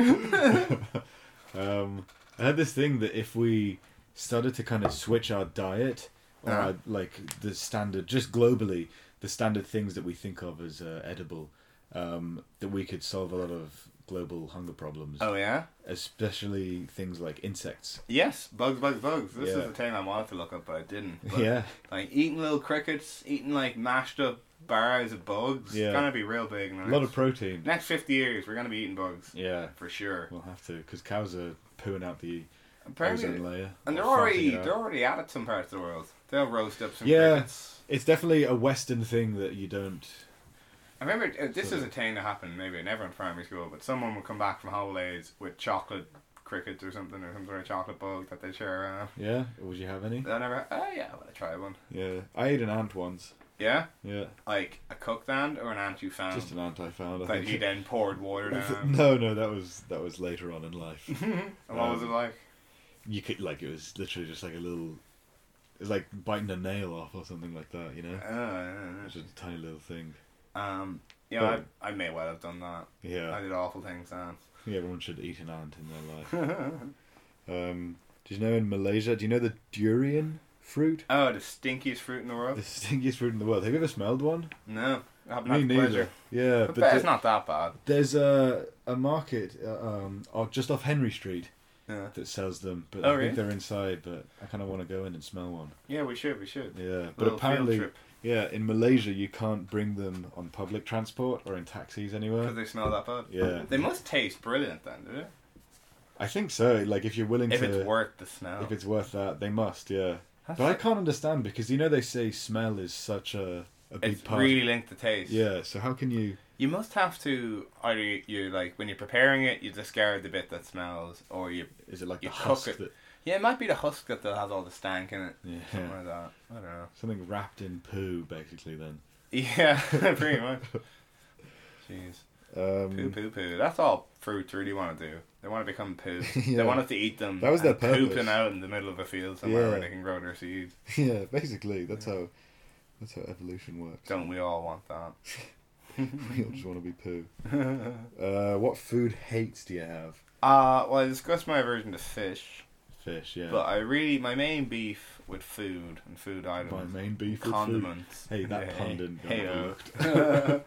Speaker 3: um, I had this thing that if we started to kind of switch our diet, or
Speaker 2: Uh-huh.
Speaker 3: our, like the standard, just globally, the standard things that we think of as uh, edible, um, that we could solve a lot of global hunger problems,
Speaker 2: Oh yeah.
Speaker 3: especially things like insects.
Speaker 2: Yes, bugs, bugs, bugs. This
Speaker 3: Yeah.
Speaker 2: is the thing I wanted to look up, but I didn't. But,
Speaker 3: yeah,
Speaker 2: Like eating little crickets, eating like mashed up barrows of bugs.
Speaker 3: Yeah.
Speaker 2: It's gonna be real big. In the
Speaker 3: a
Speaker 2: next,
Speaker 3: lot of protein.
Speaker 2: next fifty years, we're gonna be eating bugs
Speaker 3: Yeah,
Speaker 2: for sure.
Speaker 3: we'll have to because cows are pooing out the ozone
Speaker 2: Apparently,
Speaker 3: layer,
Speaker 2: and they're
Speaker 3: or farting
Speaker 2: already
Speaker 3: it out.
Speaker 2: they're already at it some parts of the world. They'll roast up some
Speaker 3: Yeah.
Speaker 2: crickets.
Speaker 3: It's definitely a Western thing that you don't.
Speaker 2: I remember uh, this is a thing that happened maybe never in primary school, but someone would come back from holidays with chocolate crickets or something or some sort of chocolate bug that they share around.
Speaker 3: Yeah, would you have any?
Speaker 2: I never. Oh yeah, I want to try one.
Speaker 3: Yeah, I ate an ant once.
Speaker 2: Yeah,
Speaker 3: Yeah,
Speaker 2: like a cooked ant or an ant you found
Speaker 3: just an ant I found. I
Speaker 2: that um, you
Speaker 3: think.
Speaker 2: then poured water down.
Speaker 3: no, no, that was that was later on in life.
Speaker 2: Mm-hmm. and what was it like?
Speaker 3: You could like it was literally just like a little, it was like biting a nail off or something like that. You know,
Speaker 2: Uh, yeah,
Speaker 3: it's just a tiny little thing.
Speaker 2: yeah. um, yeah,
Speaker 3: But-
Speaker 2: I, I may well have done that. I
Speaker 3: Yeah,
Speaker 2: did awful things then.
Speaker 3: yeah, everyone should eat an ant in their life. um, do you know in Malaysia? Do you know the durian fruit?
Speaker 2: Oh, the stinkiest fruit in the world.
Speaker 3: The stinkiest fruit in the world. Have you ever smelled one?
Speaker 2: No, I haven't
Speaker 3: Me
Speaker 2: had the
Speaker 3: neither.
Speaker 2: pleasure.
Speaker 3: Yeah,
Speaker 2: But,
Speaker 3: the-
Speaker 2: it's not that bad.
Speaker 3: There's a a market uh, um oh, just off Henry Street
Speaker 2: Yeah.
Speaker 3: that sells them, but
Speaker 2: Oh,
Speaker 3: I think
Speaker 2: really?
Speaker 3: they're inside. But I kind of want to go in and smell one.
Speaker 2: Yeah, we should. We should.
Speaker 3: Yeah, but
Speaker 2: Little field
Speaker 3: apparently,
Speaker 2: trip.
Speaker 3: yeah, in Malaysia you can't bring them on public transport or in taxis anywhere.
Speaker 2: Because they smell that bad.
Speaker 3: Yeah.
Speaker 2: They must taste brilliant then, do they?
Speaker 3: I think so. Like if you're willing
Speaker 2: If
Speaker 3: to,
Speaker 2: it's worth the smell.
Speaker 3: if it's worth that, they must. Yeah,
Speaker 2: That's-
Speaker 3: but I can't understand because you know they say smell is such a a big
Speaker 2: it's
Speaker 3: part.
Speaker 2: really linked to taste.
Speaker 3: Yeah, so how can you?
Speaker 2: You must have to either you, you like when you're preparing it, you discard the bit that smells, or you
Speaker 3: Is it like
Speaker 2: You
Speaker 3: the
Speaker 2: cook
Speaker 3: husk
Speaker 2: it.
Speaker 3: that
Speaker 2: yeah, it might be the husk that has all the stank in it,
Speaker 3: Yeah.
Speaker 2: something like that. I don't know.
Speaker 3: something wrapped in poo, basically? Then
Speaker 2: Yeah, pretty much. Jeez,
Speaker 3: um,
Speaker 2: poo, poo, poo. That's all fruits really want to do. They want to become poo.
Speaker 3: Yeah.
Speaker 2: They want us to eat them.
Speaker 3: That was their
Speaker 2: and poop
Speaker 3: purpose.
Speaker 2: them out in the middle of a field somewhere
Speaker 3: Yeah.
Speaker 2: where they can grow their seeds.
Speaker 3: Yeah, basically, that's how that's how evolution works.
Speaker 2: Don't we all want that?
Speaker 3: We all just want to be poo. Uh, what food hates do you have?
Speaker 2: Uh, well, I discussed my aversion to fish,
Speaker 3: Fish, yeah.
Speaker 2: but I really my main beef with food and food items.
Speaker 3: My main beef with food.
Speaker 2: condiments.
Speaker 3: Hey, that pun didn't go
Speaker 2: hey,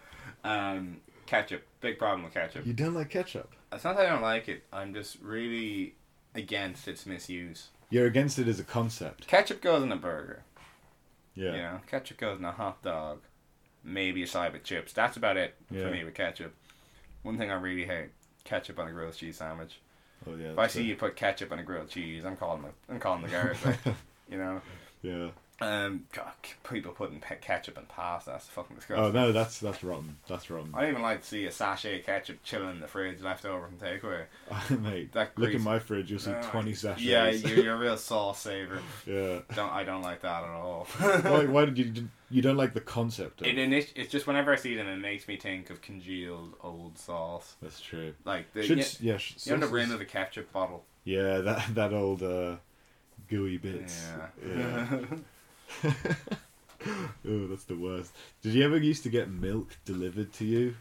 Speaker 2: um, ketchup. Big problem with ketchup.
Speaker 3: You don't like ketchup.
Speaker 2: It's not that I don't like it. I'm just really against its misuse.
Speaker 3: You're against it as a concept.
Speaker 2: Ketchup goes in a burger.
Speaker 3: Yeah.
Speaker 2: You know, ketchup goes in a hot dog. Maybe a side with chips. That's about it
Speaker 3: Yeah.
Speaker 2: for me with ketchup. One thing I really hate: ketchup on a grilled cheese sandwich.
Speaker 3: Oh yeah.
Speaker 2: If I
Speaker 3: that's
Speaker 2: see
Speaker 3: it.
Speaker 2: you put ketchup on a grilled cheese, I'm calling the I'm calling the guards. like, you know,
Speaker 3: Yeah.
Speaker 2: um, God, people putting pe- ketchup and pasta. That's fucking disgusting.
Speaker 3: Oh no, that's that's rotten. That's rotten.
Speaker 2: I don't even like to see a sachet of ketchup chilling in the fridge left over from takeaway.
Speaker 3: Mate,
Speaker 2: That
Speaker 3: look in
Speaker 2: grease-
Speaker 3: my fridge. You'll see
Speaker 2: No,
Speaker 3: twenty sachets.
Speaker 2: Yeah, you're, you're a real sauce saver.
Speaker 3: yeah.
Speaker 2: Don't I don't like that at all.
Speaker 3: Why, why did you? You don't like the concept of
Speaker 2: it init- it's just whenever I see them, it makes me think of congealed old sauce,
Speaker 3: That's true.
Speaker 2: like the
Speaker 3: Should
Speaker 2: you,
Speaker 3: s- yeah. sh-
Speaker 2: you know the
Speaker 3: sauces-
Speaker 2: rim of a ketchup bottle.
Speaker 3: Yeah, that that old uh, gooey bits.
Speaker 2: Yeah.
Speaker 3: yeah. Oh, that's the worst. Did you ever used to get milk delivered to you?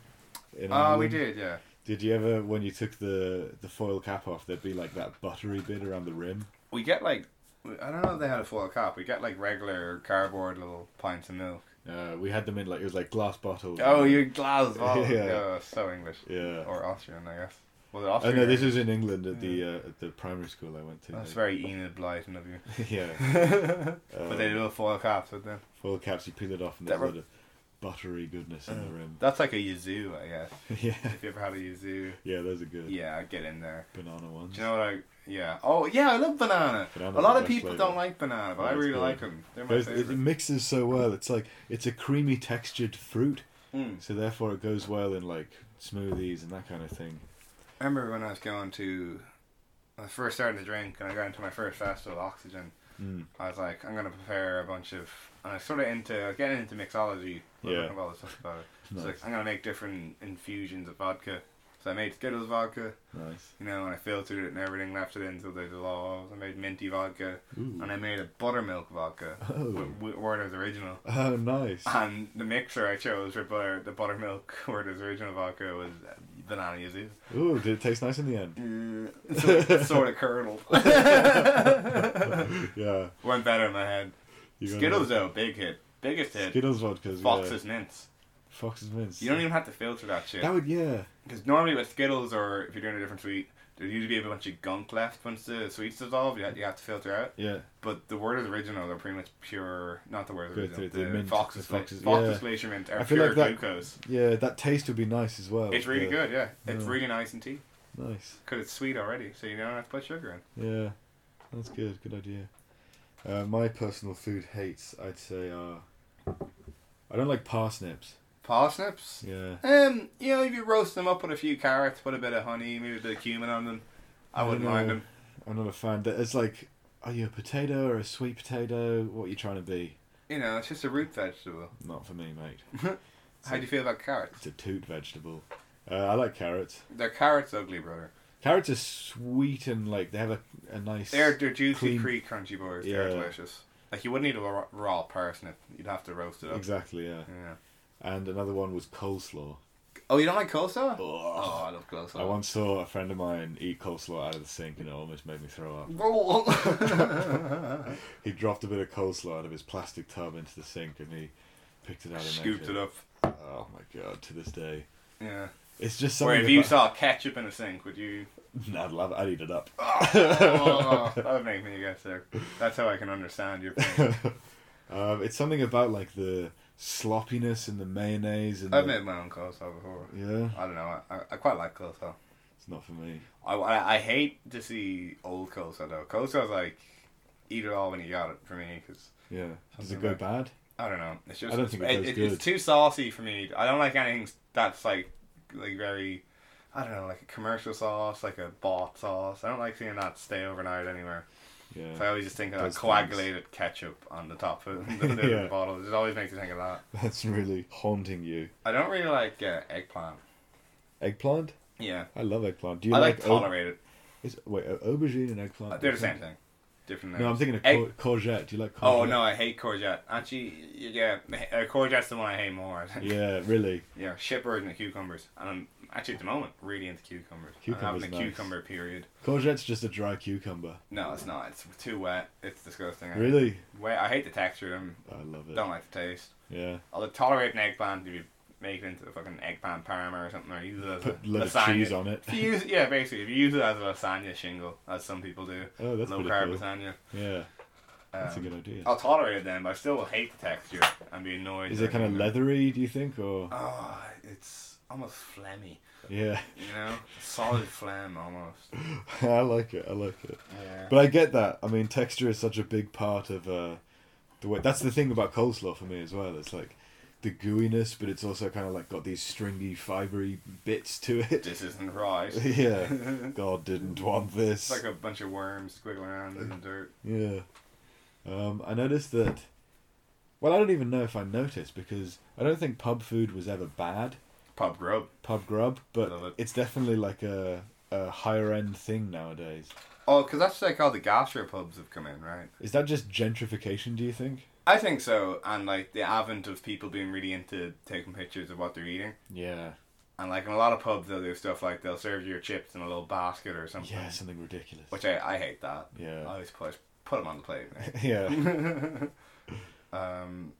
Speaker 3: in
Speaker 2: oh, we
Speaker 3: Ireland?
Speaker 2: did, yeah.
Speaker 3: Did you ever, when you took the the foil cap off, there'd be like that buttery bit around the rim?
Speaker 2: We get like I don't know if they had a full cup. We get like regular cardboard little pints of milk.
Speaker 3: Uh, we had them in like it was like glass bottles.
Speaker 2: Oh, you Oh, glass bottle.
Speaker 3: Yeah.
Speaker 2: Oh, so English
Speaker 3: Yeah.
Speaker 2: or Austrian, I guess. Was it
Speaker 3: Oh
Speaker 2: Austrian?
Speaker 3: no, this
Speaker 2: or-
Speaker 3: was in England at the uh, at the primary school I went to. Uh,
Speaker 2: That's very Enid Blyton of you.
Speaker 3: yeah. Um, Uh,
Speaker 2: but they do a foil caps with them.
Speaker 3: Foil caps, you peel it off, and
Speaker 2: That
Speaker 3: there's
Speaker 2: were- Mm.
Speaker 3: a lot of buttery goodness in the rim.
Speaker 2: That's like a yuzu, I guess.
Speaker 3: yeah,
Speaker 2: If you ever had a yuzu,
Speaker 3: yeah, those are good.
Speaker 2: yeah, get in there.
Speaker 3: Banana ones.
Speaker 2: Do you know what I? Yeah. Oh yeah, I love banana.
Speaker 3: Banana's
Speaker 2: a lot
Speaker 3: the
Speaker 2: of
Speaker 3: best
Speaker 2: people
Speaker 3: flavour.
Speaker 2: don't like banana, but I
Speaker 3: That's
Speaker 2: really
Speaker 3: good.
Speaker 2: like them. They're my
Speaker 3: Those- it, it
Speaker 2: favorite.
Speaker 3: mixes so well. It's like it's a creamy textured fruit,
Speaker 2: Mm.
Speaker 3: so therefore it goes well in like smoothies and that kind of thing.
Speaker 2: I remember when I was going to, when I first started to drink, and I got into my first festival, Oxygen.
Speaker 3: Mm.
Speaker 2: I was like, I'm gonna prepare a bunch of, and I was sort of into I was getting into mixology. We were
Speaker 3: Yeah.
Speaker 2: talking About all this stuff about it. So I was
Speaker 3: Nice,
Speaker 2: like, I'm gonna make different infusions of vodka. So I made Skittles vodka,
Speaker 3: nice.
Speaker 2: you know, and I filtered it and everything, left it in until they dissolved. I made minty vodka,
Speaker 3: Ooh.
Speaker 2: and I made a buttermilk vodka.
Speaker 3: Oh,
Speaker 2: W- word is original.
Speaker 3: oh, nice.
Speaker 2: And the mixer I chose for butter, the buttermilk or this original vodka was uh, banana yuzu.
Speaker 3: Ooh, did it taste nice in the end?
Speaker 2: Mm, so it sort of curdled.
Speaker 3: yeah,
Speaker 2: Went better in my head.
Speaker 3: you gotta-
Speaker 2: Skittles though, big hit, biggest hit.
Speaker 3: Skittles vodkas.
Speaker 2: Fox's mints.
Speaker 3: yeah. Fox's mints.
Speaker 2: You don't even have to filter that shit.
Speaker 3: That would yeah.
Speaker 2: Because normally with Skittles or if you're doing a different sweet, there'd usually be a bunch of gunk left once the sweets dissolve. You have, you have to filter out.
Speaker 3: Yeah,
Speaker 2: But the word is original. They're pretty much pure. Not the word is
Speaker 3: Go
Speaker 2: original.
Speaker 3: through the
Speaker 2: The,
Speaker 3: mint,
Speaker 2: Fox's
Speaker 3: the
Speaker 2: Fox's,
Speaker 3: Fox's-
Speaker 2: Fox's
Speaker 3: yeah.
Speaker 2: Glacier mint are
Speaker 3: I feel
Speaker 2: pure
Speaker 3: like that-
Speaker 2: glucose.
Speaker 3: yeah. That taste would be nice as well.
Speaker 2: It's really
Speaker 3: Yeah.
Speaker 2: good. Yeah, it's
Speaker 3: Yeah.
Speaker 2: really nice and tea.
Speaker 3: Nice.
Speaker 2: Because it's sweet already, so you don't have to put sugar in.
Speaker 3: Yeah, that's good. Good idea. Uh, my personal food hates, I'd say, are I don't like parsnips.
Speaker 2: Parsnips?
Speaker 3: Yeah,
Speaker 2: Um, you know, if you roast them up with a few carrots, put a bit of honey, maybe a bit of cumin on them, I
Speaker 3: I
Speaker 2: wouldn't
Speaker 3: don't
Speaker 2: mind
Speaker 3: know.
Speaker 2: them.
Speaker 3: I'm not a fan. That it's like, are you a potato or a sweet potato? What are you trying to be?
Speaker 2: You know, it's just a root vegetable.
Speaker 3: Not for me, mate.
Speaker 2: How do you feel about carrots?
Speaker 3: It's a toot vegetable. Uh, I like carrots.
Speaker 2: They're carrots ugly, brother.
Speaker 3: Carrots are sweet and like they have a, a nice.
Speaker 2: They're, they're juicy,
Speaker 3: Clean.
Speaker 2: free, crunchy boys. They're
Speaker 3: Yeah.
Speaker 2: delicious. Like, you wouldn't eat a raw, raw parsnip. You'd have to roast it up.
Speaker 3: exactly yeah.
Speaker 2: Yeah.
Speaker 3: And another one was coleslaw.
Speaker 2: Oh, you don't like coleslaw? Oh,
Speaker 3: Oh.
Speaker 2: I love coleslaw.
Speaker 3: I once saw a friend of mine eat coleslaw out of the sink and it almost made me throw up.
Speaker 2: Oh.
Speaker 3: He dropped a bit of coleslaw out of his plastic tub into the sink and he picked it out and
Speaker 2: Scooped
Speaker 3: ate
Speaker 2: it up.
Speaker 3: Oh my god! To this day,
Speaker 2: Yeah.
Speaker 3: it's just
Speaker 2: Where
Speaker 3: something.
Speaker 2: if you
Speaker 3: about-
Speaker 2: saw ketchup in a sink, would you
Speaker 3: No, I'd love it. I'd eat it up.
Speaker 2: oh, that would make me guess there. That's how I can understand your point.
Speaker 3: um, it's something about like the sloppiness and the mayonnaise and.
Speaker 2: I've
Speaker 3: the-
Speaker 2: made my own coleslaw before.
Speaker 3: Yeah,
Speaker 2: I don't know. I, I, I quite like coleslaw.
Speaker 3: it's not for me.
Speaker 2: I, I, I hate to see old coleslaw though. Coleslaw's like eat it all when you got it for me because
Speaker 3: Yeah, does it
Speaker 2: Something
Speaker 3: go
Speaker 2: like-
Speaker 3: bad?
Speaker 2: I don't know. It's just
Speaker 3: I don't think it goes good.
Speaker 2: it's too saucy for me. I don't like anything that's like like very. I don't know, like a commercial sauce, like a bought sauce. I don't like seeing that stay overnight anywhere. So I
Speaker 3: Yeah,
Speaker 2: always just think of
Speaker 3: Those
Speaker 2: that
Speaker 3: things.
Speaker 2: coagulated ketchup on the top of the, the
Speaker 3: Yeah.
Speaker 2: bottle. It always makes you think of that.
Speaker 3: that's really haunting you.
Speaker 2: I don't really like uh, eggplant.
Speaker 3: Eggplant.
Speaker 2: Yeah,
Speaker 3: I love eggplant. Do you
Speaker 2: I like,
Speaker 3: like? au-
Speaker 2: tolerated.
Speaker 3: is, wait, au- aubergine and eggplant.
Speaker 2: They're the same thing, different names.
Speaker 3: No, I'm thinking of
Speaker 2: Egg-
Speaker 3: cour- courgette. Do you like? courgette?
Speaker 2: oh no, I hate courgette. Actually, yeah, uh, courgette's the one I hate more. I think.
Speaker 3: Yeah, really.
Speaker 2: yeah, shitbirds and the cucumbers. And I'm actually at the moment really into cucumbers. I'm
Speaker 3: Cucumber's
Speaker 2: having a
Speaker 3: nice.
Speaker 2: cucumber period.
Speaker 3: Courgette's just a dry cucumber.
Speaker 2: No, it's not. It's too wet. It's disgusting. I-
Speaker 3: Really?
Speaker 2: Wet. I hate the texture. of them.
Speaker 3: I love it.
Speaker 2: Don't like the taste.
Speaker 3: Yeah.
Speaker 2: Although tolerate an eggplant if you make it into a fucking eggplant parma or something, or use it as
Speaker 3: Put
Speaker 2: a
Speaker 3: a lot of
Speaker 2: lasagna.
Speaker 3: cheese on it.
Speaker 2: If you use, yeah, basically, if you use it as a lasagna shingle, as some people do,
Speaker 3: Oh, that's
Speaker 2: low
Speaker 3: pretty
Speaker 2: carb
Speaker 3: cool.
Speaker 2: lasagna.
Speaker 3: Yeah, that's a
Speaker 2: Um,
Speaker 3: good idea.
Speaker 2: I'll tolerate it then, but I still will hate the texture and be annoyed.
Speaker 3: Is
Speaker 2: that
Speaker 3: it kind of
Speaker 2: I'm-
Speaker 3: leathery? Do you think, or
Speaker 2: Oh, it's almost phlegmy,
Speaker 3: yeah?
Speaker 2: you know? Solid phlegm almost.
Speaker 3: I like it. I like it.
Speaker 2: Yeah.
Speaker 3: But I get that. I mean, texture is such a big part of uh, the way. That's the thing about coleslaw for me as well. It's like the gooiness, but it's also kind of like got these stringy, fibery bits to it.
Speaker 2: This isn't right.
Speaker 3: yeah.
Speaker 2: it's
Speaker 3: God didn't want this.
Speaker 2: like a bunch of worms squiggling around in the dirt.
Speaker 3: Yeah. Um, I noticed that. Well, I don't even know if I noticed because I don't think pub food was ever bad,
Speaker 2: Pub grub.
Speaker 3: pub grub,
Speaker 2: Love it.
Speaker 3: but it's definitely like a, a higher end thing nowadays.
Speaker 2: Oh, because that's like all the gastropubs have come in, right?
Speaker 3: Is that just gentrification, do you think?
Speaker 2: I think so, and like the advent of people being really into taking pictures of what they're eating,
Speaker 3: Yeah.
Speaker 2: and like in a lot of pubs they'll do stuff like they'll serve your chips in a little basket or something,
Speaker 3: Yeah, something ridiculous.
Speaker 2: which I, I hate that. I
Speaker 3: Yeah.
Speaker 2: always push put them on the plate. mate.
Speaker 3: yeah.
Speaker 2: um,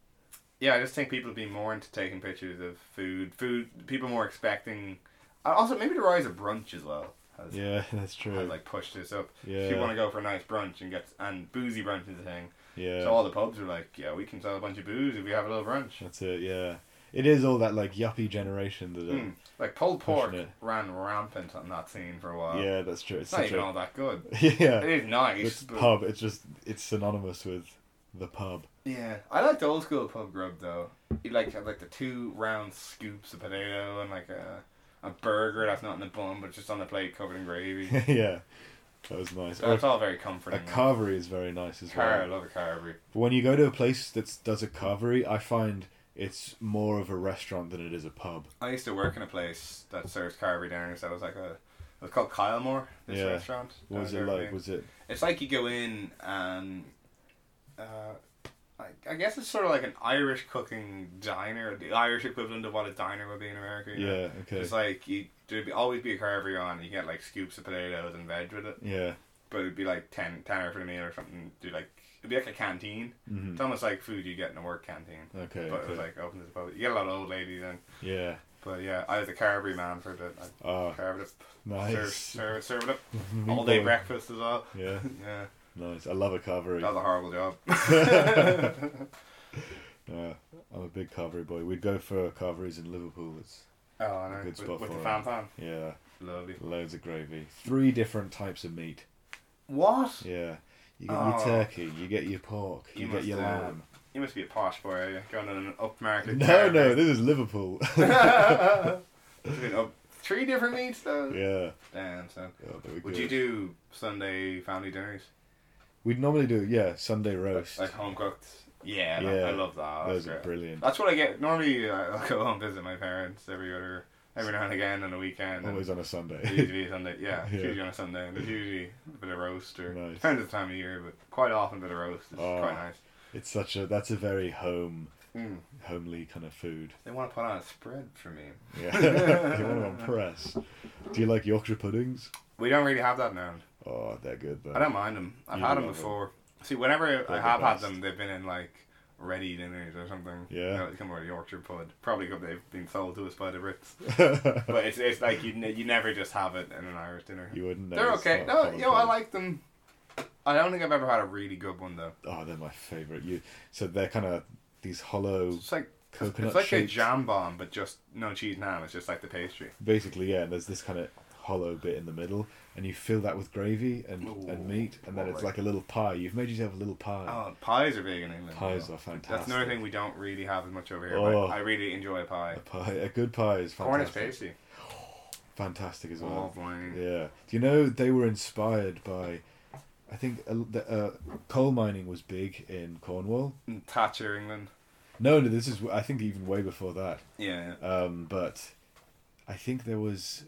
Speaker 2: yeah, I just think people be more into taking pictures of food. Food people more expecting. and Also, maybe the rise of brunch as well has,
Speaker 3: Yeah, that's true.
Speaker 2: has like pushed this up. If you
Speaker 3: yeah.
Speaker 2: want to go for a nice brunch and get and boozy brunch is a thing,
Speaker 3: yeah.
Speaker 2: so all the pubs are like, yeah, we can sell a bunch of booze if we have a little brunch.
Speaker 3: That's it, yeah. it is all that like yuppie generation that.
Speaker 2: Mm.
Speaker 3: Uh,
Speaker 2: Like pulled pork
Speaker 3: Pushing it.
Speaker 2: ran rampant on that scene for a while.
Speaker 3: Yeah, that's true.
Speaker 2: it's
Speaker 3: It's
Speaker 2: not
Speaker 3: such
Speaker 2: even
Speaker 3: a
Speaker 2: all that good. It
Speaker 3: yeah.
Speaker 2: is nice.
Speaker 3: It's
Speaker 2: But
Speaker 3: pub. It's just it's synonymous with the pub.
Speaker 2: Yeah, I liked old school pub grub though. You like had like the two round scoops of potato and like a a burger that's not in the bun but just on the plate covered in gravy.
Speaker 3: yeah, that was nice.
Speaker 2: so
Speaker 3: Or,
Speaker 2: it's all very
Speaker 3: a
Speaker 2: comforting.
Speaker 3: carvery is very nice as
Speaker 2: Car, I
Speaker 3: well.
Speaker 2: love a carvery.
Speaker 3: But when you go to a place that does a carvery, I find it's more of a restaurant than it is a pub.
Speaker 2: I used to work in a place that serves carvery dinners. That was like a it was called Kylemore. This
Speaker 3: Yeah.
Speaker 2: restaurant.
Speaker 3: What
Speaker 2: That
Speaker 3: was it
Speaker 2: their
Speaker 3: like?
Speaker 2: thing.
Speaker 3: Was it
Speaker 2: It's like you go in and uh, I, I guess it's sort of like an Irish cooking diner, the Irish equivalent of what a diner would be in America. you know?
Speaker 3: yeah? Okay,
Speaker 2: It's like you there'd be, always be a carvery on. You get like scoops of potatoes and veg with it,
Speaker 3: yeah.
Speaker 2: but it'd be like 10 tenner for the meal or something. Do like it'd be like a canteen.
Speaker 3: hmm
Speaker 2: It's almost like food you get in a work canteen,
Speaker 3: Okay,
Speaker 2: but it
Speaker 3: okay.
Speaker 2: was like open to the public. You get a lot of old ladies in.
Speaker 3: yeah.
Speaker 2: But yeah, I was a carvery man for a bit. I
Speaker 3: Ah,
Speaker 2: carved it, served,
Speaker 3: nice.
Speaker 2: served, served it up all day
Speaker 3: Meatball.
Speaker 2: breakfast as well.
Speaker 3: Yeah,
Speaker 2: Yeah,
Speaker 3: nice. I love a carvery.
Speaker 2: that was a horrible job.
Speaker 3: Yeah, I'm a big carvery boy. We'd go for carveries in Liverpool. It's
Speaker 2: Oh, I know.
Speaker 3: Good
Speaker 2: With,
Speaker 3: spot
Speaker 2: with
Speaker 3: for
Speaker 2: the
Speaker 3: it.
Speaker 2: fan fan,
Speaker 3: yeah,
Speaker 2: lovely.
Speaker 3: loads of gravy. Three different types of meat.
Speaker 2: What?
Speaker 3: Yeah, you get
Speaker 2: Oh.
Speaker 3: your turkey, you get your pork,
Speaker 2: You
Speaker 3: you, get
Speaker 2: must,
Speaker 3: your
Speaker 2: uh,
Speaker 3: lamb.
Speaker 2: You must be a posh boy. Are you? Going on an upmarket.
Speaker 3: No,
Speaker 2: carvery.
Speaker 3: no, this is Liverpool.
Speaker 2: It's been up three different meats though.
Speaker 3: yeah.
Speaker 2: Damn, son.
Speaker 3: Oh, there we
Speaker 2: Would
Speaker 3: go.
Speaker 2: you do Sunday family dinners?
Speaker 3: We'd normally do yeah Sunday roast.
Speaker 2: Like home cooked? Yeah,
Speaker 3: Yeah,
Speaker 2: I, I love that. That's,
Speaker 3: Those are
Speaker 2: great.
Speaker 3: brilliant.
Speaker 2: That's what I get. Normally, I- I'll go home and visit my parents every other, every now and again on the weekend. and
Speaker 3: Always on a Sunday.
Speaker 2: Usually Sunday, yeah, it's
Speaker 3: Yeah.
Speaker 2: usually on a Sunday. And there's usually a bit of roast or
Speaker 3: Nice.
Speaker 2: depends on the time of year, but quite often a bit of roast is
Speaker 3: Oh.
Speaker 2: quite nice.
Speaker 3: it's such a that's a very home
Speaker 2: Mm.
Speaker 3: homely kind of food.
Speaker 2: They want to put on a spread for me.
Speaker 3: Yeah. you want to impress. Do you like Yorkshire puddings?
Speaker 2: We don't really have that now.
Speaker 3: Oh, they're good though.
Speaker 2: I don't mind them. I've
Speaker 3: You
Speaker 2: had
Speaker 3: love
Speaker 2: them
Speaker 3: them.
Speaker 2: before. See, whenever
Speaker 3: They're
Speaker 2: I
Speaker 3: the
Speaker 2: have
Speaker 3: best.
Speaker 2: had them, they've been in like ready dinners or something.
Speaker 3: Yeah.
Speaker 2: you know, it's come with a Yorkshire pud. Probably 'cause they've been sold to us by the Brits. but it's it's like you ne- you never just have it in an Irish dinner.
Speaker 3: you wouldn't know.
Speaker 2: They're
Speaker 3: it's
Speaker 2: okay.
Speaker 3: not
Speaker 2: No,
Speaker 3: common
Speaker 2: you know I
Speaker 3: place.
Speaker 2: like them. I don't think I've ever had a really good one though.
Speaker 3: Oh, they're my favorite. You so they're kind of these hollow,
Speaker 2: It's like
Speaker 3: Coconut
Speaker 2: it's like
Speaker 3: shaped.
Speaker 2: a jam bomb, but just no cheese and ham. It's just like the pastry.
Speaker 3: basically yeah. And there's this kind of hollow bit in the middle, and you fill that with gravy and, and meat, and then
Speaker 2: Ooh,
Speaker 3: it's
Speaker 2: lovely.
Speaker 3: like a little pie. You've made yourself a little pie.
Speaker 2: Oh, pies are big in England.
Speaker 3: Pies
Speaker 2: though.
Speaker 3: are fantastic.
Speaker 2: That's another thing we don't really have as much over here.
Speaker 3: Oh.
Speaker 2: But I really enjoy a pie.
Speaker 3: A pie, a good pie is
Speaker 2: Cornish pastry.
Speaker 3: fantastic. Fantastic as well.
Speaker 2: Oh, boy.
Speaker 3: Yeah. Do you know they were inspired by? I think uh, the, uh, coal mining was big in Cornwall.
Speaker 2: In Mm, Thatcher, England.
Speaker 3: No, no, this is I think even way before that.
Speaker 2: Yeah.
Speaker 3: Um, but I think there was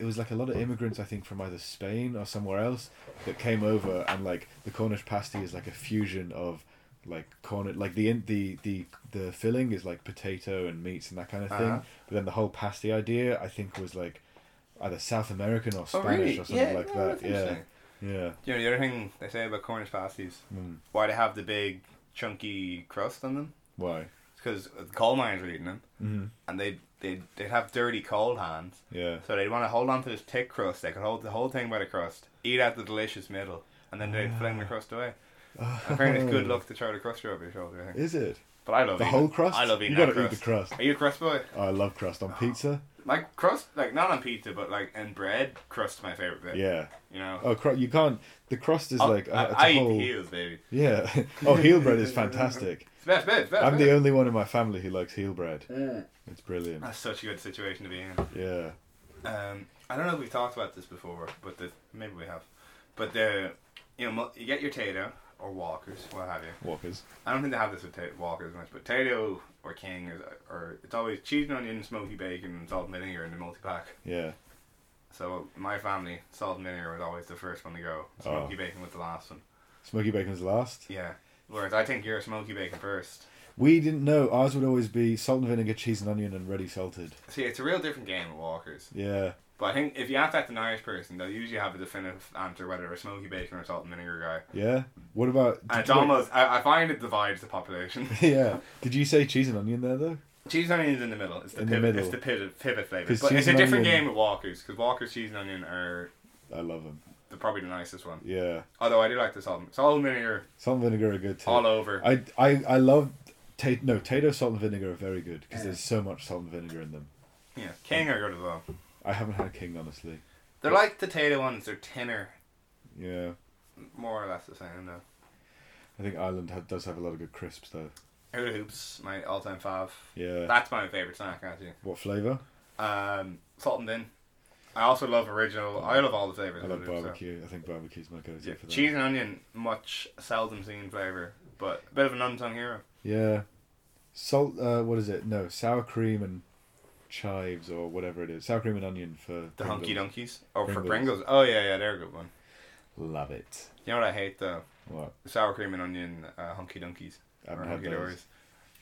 Speaker 3: it was like a lot of immigrants I think from either Spain or somewhere else that came over and like the Cornish pasty is like a fusion of like corn like the in- the the the filling is like potato and meats and that kind of thing.
Speaker 2: Uh-huh.
Speaker 3: But then the whole pasty idea I think was like either South American or
Speaker 2: Oh,
Speaker 3: Spanish
Speaker 2: really?
Speaker 3: or something
Speaker 2: yeah,
Speaker 3: like
Speaker 2: no,
Speaker 3: that.
Speaker 2: that's
Speaker 3: Yeah.
Speaker 2: interesting.
Speaker 3: Yeah.
Speaker 2: You know, the other thing they say about Cornish pasties,
Speaker 3: Mm.
Speaker 2: why they have the big chunky crust on them?
Speaker 3: Why?
Speaker 2: It's because the coal miners were eating them,
Speaker 3: Mm-hmm.
Speaker 2: and they'd, they'd, they'd have dirty cold hands.
Speaker 3: Yeah.
Speaker 2: So they'd want to hold on to this thick crust. They could hold the whole thing by the crust, eat out the delicious middle, and then they'd fling
Speaker 3: Ah.
Speaker 2: the crust away. Apparently, it's good luck to throw the crust over your shoulder, I think.
Speaker 3: Is it?
Speaker 2: But I love
Speaker 3: The
Speaker 2: eating
Speaker 3: whole
Speaker 2: it.
Speaker 3: crust?
Speaker 2: I love eating
Speaker 3: You gotta
Speaker 2: that crust.
Speaker 3: eat the crust.
Speaker 2: Are you a crust boy?
Speaker 3: I love crust
Speaker 2: Oh.
Speaker 3: on pizza.
Speaker 2: Like crust, like not on pizza, but like in bread, crust's my favorite bit.
Speaker 3: Yeah.
Speaker 2: You know,
Speaker 3: Oh, cr- you can't. The crust is
Speaker 2: I'll-
Speaker 3: like
Speaker 2: I,
Speaker 3: uh, it's
Speaker 2: Oh, I
Speaker 3: a
Speaker 2: eat
Speaker 3: whole.
Speaker 2: the heels, baby.
Speaker 3: Yeah. Oh, heel bread is fantastic.
Speaker 2: It's best, best, best.
Speaker 3: I'm
Speaker 2: best.
Speaker 3: the only one in my family who likes heel bread. It's brilliant.
Speaker 2: That's such a good situation to be in.
Speaker 3: Yeah.
Speaker 2: Um, I don't know if we've talked about this before, but the, maybe we have. But the you know mu- you get your Tato or Walkers, what have you.
Speaker 3: Walkers.
Speaker 2: I don't think they have this with ta- Walkers much, but Tato or King is or it's always cheese and onion, smoky bacon, and salt and vinegar in the multi pack.
Speaker 3: Yeah.
Speaker 2: So in my family, salt and vinegar was always the first one to go.
Speaker 3: Oh.
Speaker 2: Smoky bacon was the last one.
Speaker 3: Smoky bacon's last.
Speaker 2: Yeah. Whereas I think you're smoky bacon first.
Speaker 3: We didn't know. Ours would always be salt and vinegar, cheese and onion, and ready salted.
Speaker 2: See, it's a real different game with Walkers.
Speaker 3: Yeah.
Speaker 2: But I think if you ask that to an Irish person, they'll usually have a definitive answer whether they're a smoky bacon or salt and vinegar guy.
Speaker 3: Yeah. What about?
Speaker 2: And it's
Speaker 3: wait.
Speaker 2: almost, I, I find it divides the population.
Speaker 3: yeah. Did you say cheese and onion there though?
Speaker 2: cheese and onion is in the middle. It's the,
Speaker 3: In the
Speaker 2: pivot,
Speaker 3: middle.
Speaker 2: It's the pivot, pivot flavor.
Speaker 3: 'Cause
Speaker 2: But
Speaker 3: cheese
Speaker 2: it's a
Speaker 3: and
Speaker 2: different
Speaker 3: onion-
Speaker 2: game with Walkers because Walkers cheese and onion are
Speaker 3: I love them.
Speaker 2: the, probably the nicest one.
Speaker 3: Yeah.
Speaker 2: Although I do like the salt, and- salt and vinegar
Speaker 3: Salt and vinegar are good too.
Speaker 2: all over.
Speaker 3: I I I love Ta- no, Tato salt and vinegar are very good because there's so much salt and vinegar in them.
Speaker 2: Yeah, King are good as well.
Speaker 3: I haven't had King honestly.
Speaker 2: They're like the Tato ones. They're thinner,
Speaker 3: Yeah,
Speaker 2: more or less the same though.
Speaker 3: I think Ireland ha- does have a lot of good crisps though.
Speaker 2: Hula hoops, my all-time fav.
Speaker 3: Yeah.
Speaker 2: That's my favorite snack actually.
Speaker 3: What flavor?
Speaker 2: Um, salt and bin. I also love original. I love all the flavors.
Speaker 3: I
Speaker 2: of
Speaker 3: love
Speaker 2: it, so.
Speaker 3: barbecue. I think barbecue's my go-to
Speaker 2: Yeah,
Speaker 3: for that.
Speaker 2: cheese and onion, much seldom seen flavor, but a bit of an unsung hero.
Speaker 3: Yeah, salt. Uh, what is it? No, sour cream and chives or whatever it is. Sour cream and onion for
Speaker 2: The
Speaker 3: Pringles.
Speaker 2: hunky donkeys, or for
Speaker 3: Pringles.
Speaker 2: Pringles. Oh yeah, yeah, they're a good one.
Speaker 3: Love it.
Speaker 2: You know what I hate though?
Speaker 3: What?
Speaker 2: Sour cream and onion uh, hunky donkeys
Speaker 3: I
Speaker 2: or
Speaker 3: haven't had
Speaker 2: hunky
Speaker 3: those.
Speaker 2: dories.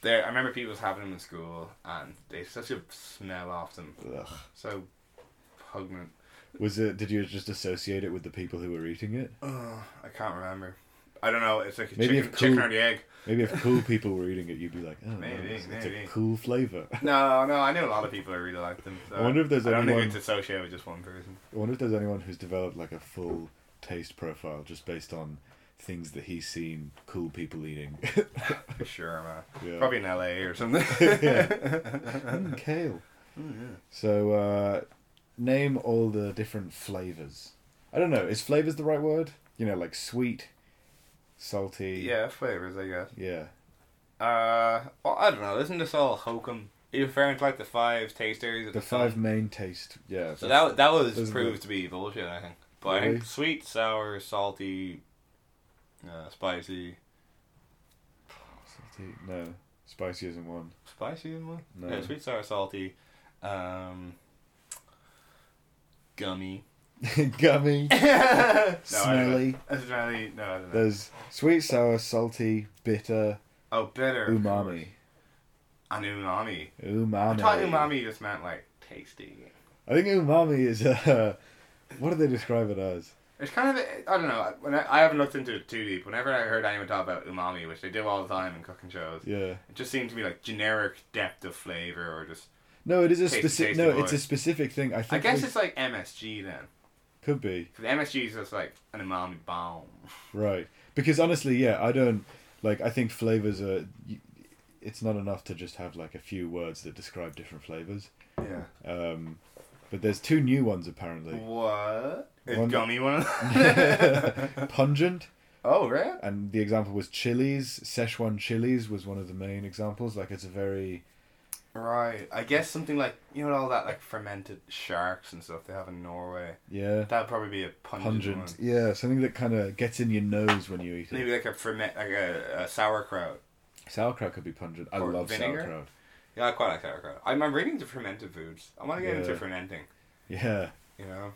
Speaker 2: There, I remember people was having them in school, and they such a smell off them,
Speaker 3: Ugh.
Speaker 2: so pungent.
Speaker 3: Was it? Did you just associate it with the people who were eating it?
Speaker 2: Ugh, I can't remember. I don't know. It's like a
Speaker 3: Maybe
Speaker 2: chicken,
Speaker 3: if
Speaker 2: chicken
Speaker 3: cool-
Speaker 2: or the egg.
Speaker 3: Maybe if cool people were eating it, you'd be like, oh, wow,
Speaker 2: Maybe,
Speaker 3: it's, it's a
Speaker 2: maybe.
Speaker 3: cool flavor.
Speaker 2: No, no, I knew a lot of people who really liked them. So
Speaker 3: I wonder if there's
Speaker 2: I don't
Speaker 3: anyone-
Speaker 2: think it's associated with just one person.
Speaker 3: I wonder if there's anyone who's developed like a full taste profile just based on things that he's seen cool people eating.
Speaker 2: For sure, man.
Speaker 3: Yeah.
Speaker 2: Probably in LA or something.
Speaker 3: Mm, kale.
Speaker 2: Oh,
Speaker 3: So uh, name all the different flavors. I don't know. Is flavors the right word? You know, like sweet, salty.
Speaker 2: yeah, flavors, I guess.
Speaker 3: Yeah.
Speaker 2: Uh, well, I don't know. Isn't this all hokum? You're referring to like the five taste areas. At
Speaker 3: The five main taste. Yeah.
Speaker 2: So
Speaker 3: that's-
Speaker 2: that that was
Speaker 3: those are
Speaker 2: proved
Speaker 3: the-
Speaker 2: to be bullshit. I think. But I
Speaker 3: Really?
Speaker 2: think sweet, sour, salty, uh, spicy.
Speaker 3: salty. No, spicy isn't one.
Speaker 2: Spicy in one.
Speaker 3: No.
Speaker 2: Yeah, sweet, sour, salty. Um, gummy.
Speaker 3: Gummy,
Speaker 2: No, I don't know.
Speaker 3: smelly.
Speaker 2: That's really no. I don't know.
Speaker 3: There's sweet, sour, salty, bitter,
Speaker 2: Oh, bitter. of
Speaker 3: umami,
Speaker 2: course. And umami.
Speaker 3: umami.
Speaker 2: I thought umami just meant like tasty.
Speaker 3: I think umami is uh, what do they describe it as?
Speaker 2: It's kind of I don't know. When I, I haven't looked into it too deep. Whenever I heard anyone talk about umami, which they do all the time in cooking shows,
Speaker 3: Yeah.
Speaker 2: it just seemed to be like generic depth of flavor or just.
Speaker 3: No, it is a
Speaker 2: Tasty,
Speaker 3: specific.
Speaker 2: tasty
Speaker 3: No,
Speaker 2: boy.
Speaker 3: it's a specific thing. I
Speaker 2: I
Speaker 3: think.
Speaker 2: guess
Speaker 3: they-
Speaker 2: it's like MSG then,
Speaker 3: could be
Speaker 2: because MSG is just like an umami bomb.
Speaker 3: right because honestly, yeah, I don't like. I think flavors are. y- It's not enough to just have like a few words that describe different flavors.
Speaker 2: Yeah.
Speaker 3: Um, but there's two new ones apparently:
Speaker 2: What? Is
Speaker 3: One-
Speaker 2: gummy one? of them?
Speaker 3: pungent,
Speaker 2: oh, right.
Speaker 3: and the example was chilies. Szechuan chilies was one of the main examples. Like it's a very
Speaker 2: Right. I guess something like you know all that like fermented sharks and stuff they have in Norway.
Speaker 3: yeah
Speaker 2: That'd probably be a pungent. one.
Speaker 3: pungent. Yeah, something that kind of gets in your nose when you eat it.
Speaker 2: Maybe like a ferment, like a, a sauerkraut.
Speaker 3: Sauerkraut could be pungent. I
Speaker 2: Or
Speaker 3: love
Speaker 2: vinegar?
Speaker 3: sauerkraut.
Speaker 2: Yeah, I quite like sauerkraut. I'm, I'm really into fermented foods. I want to get into
Speaker 3: Yeah.
Speaker 2: fermenting.
Speaker 3: Yeah,
Speaker 2: You know,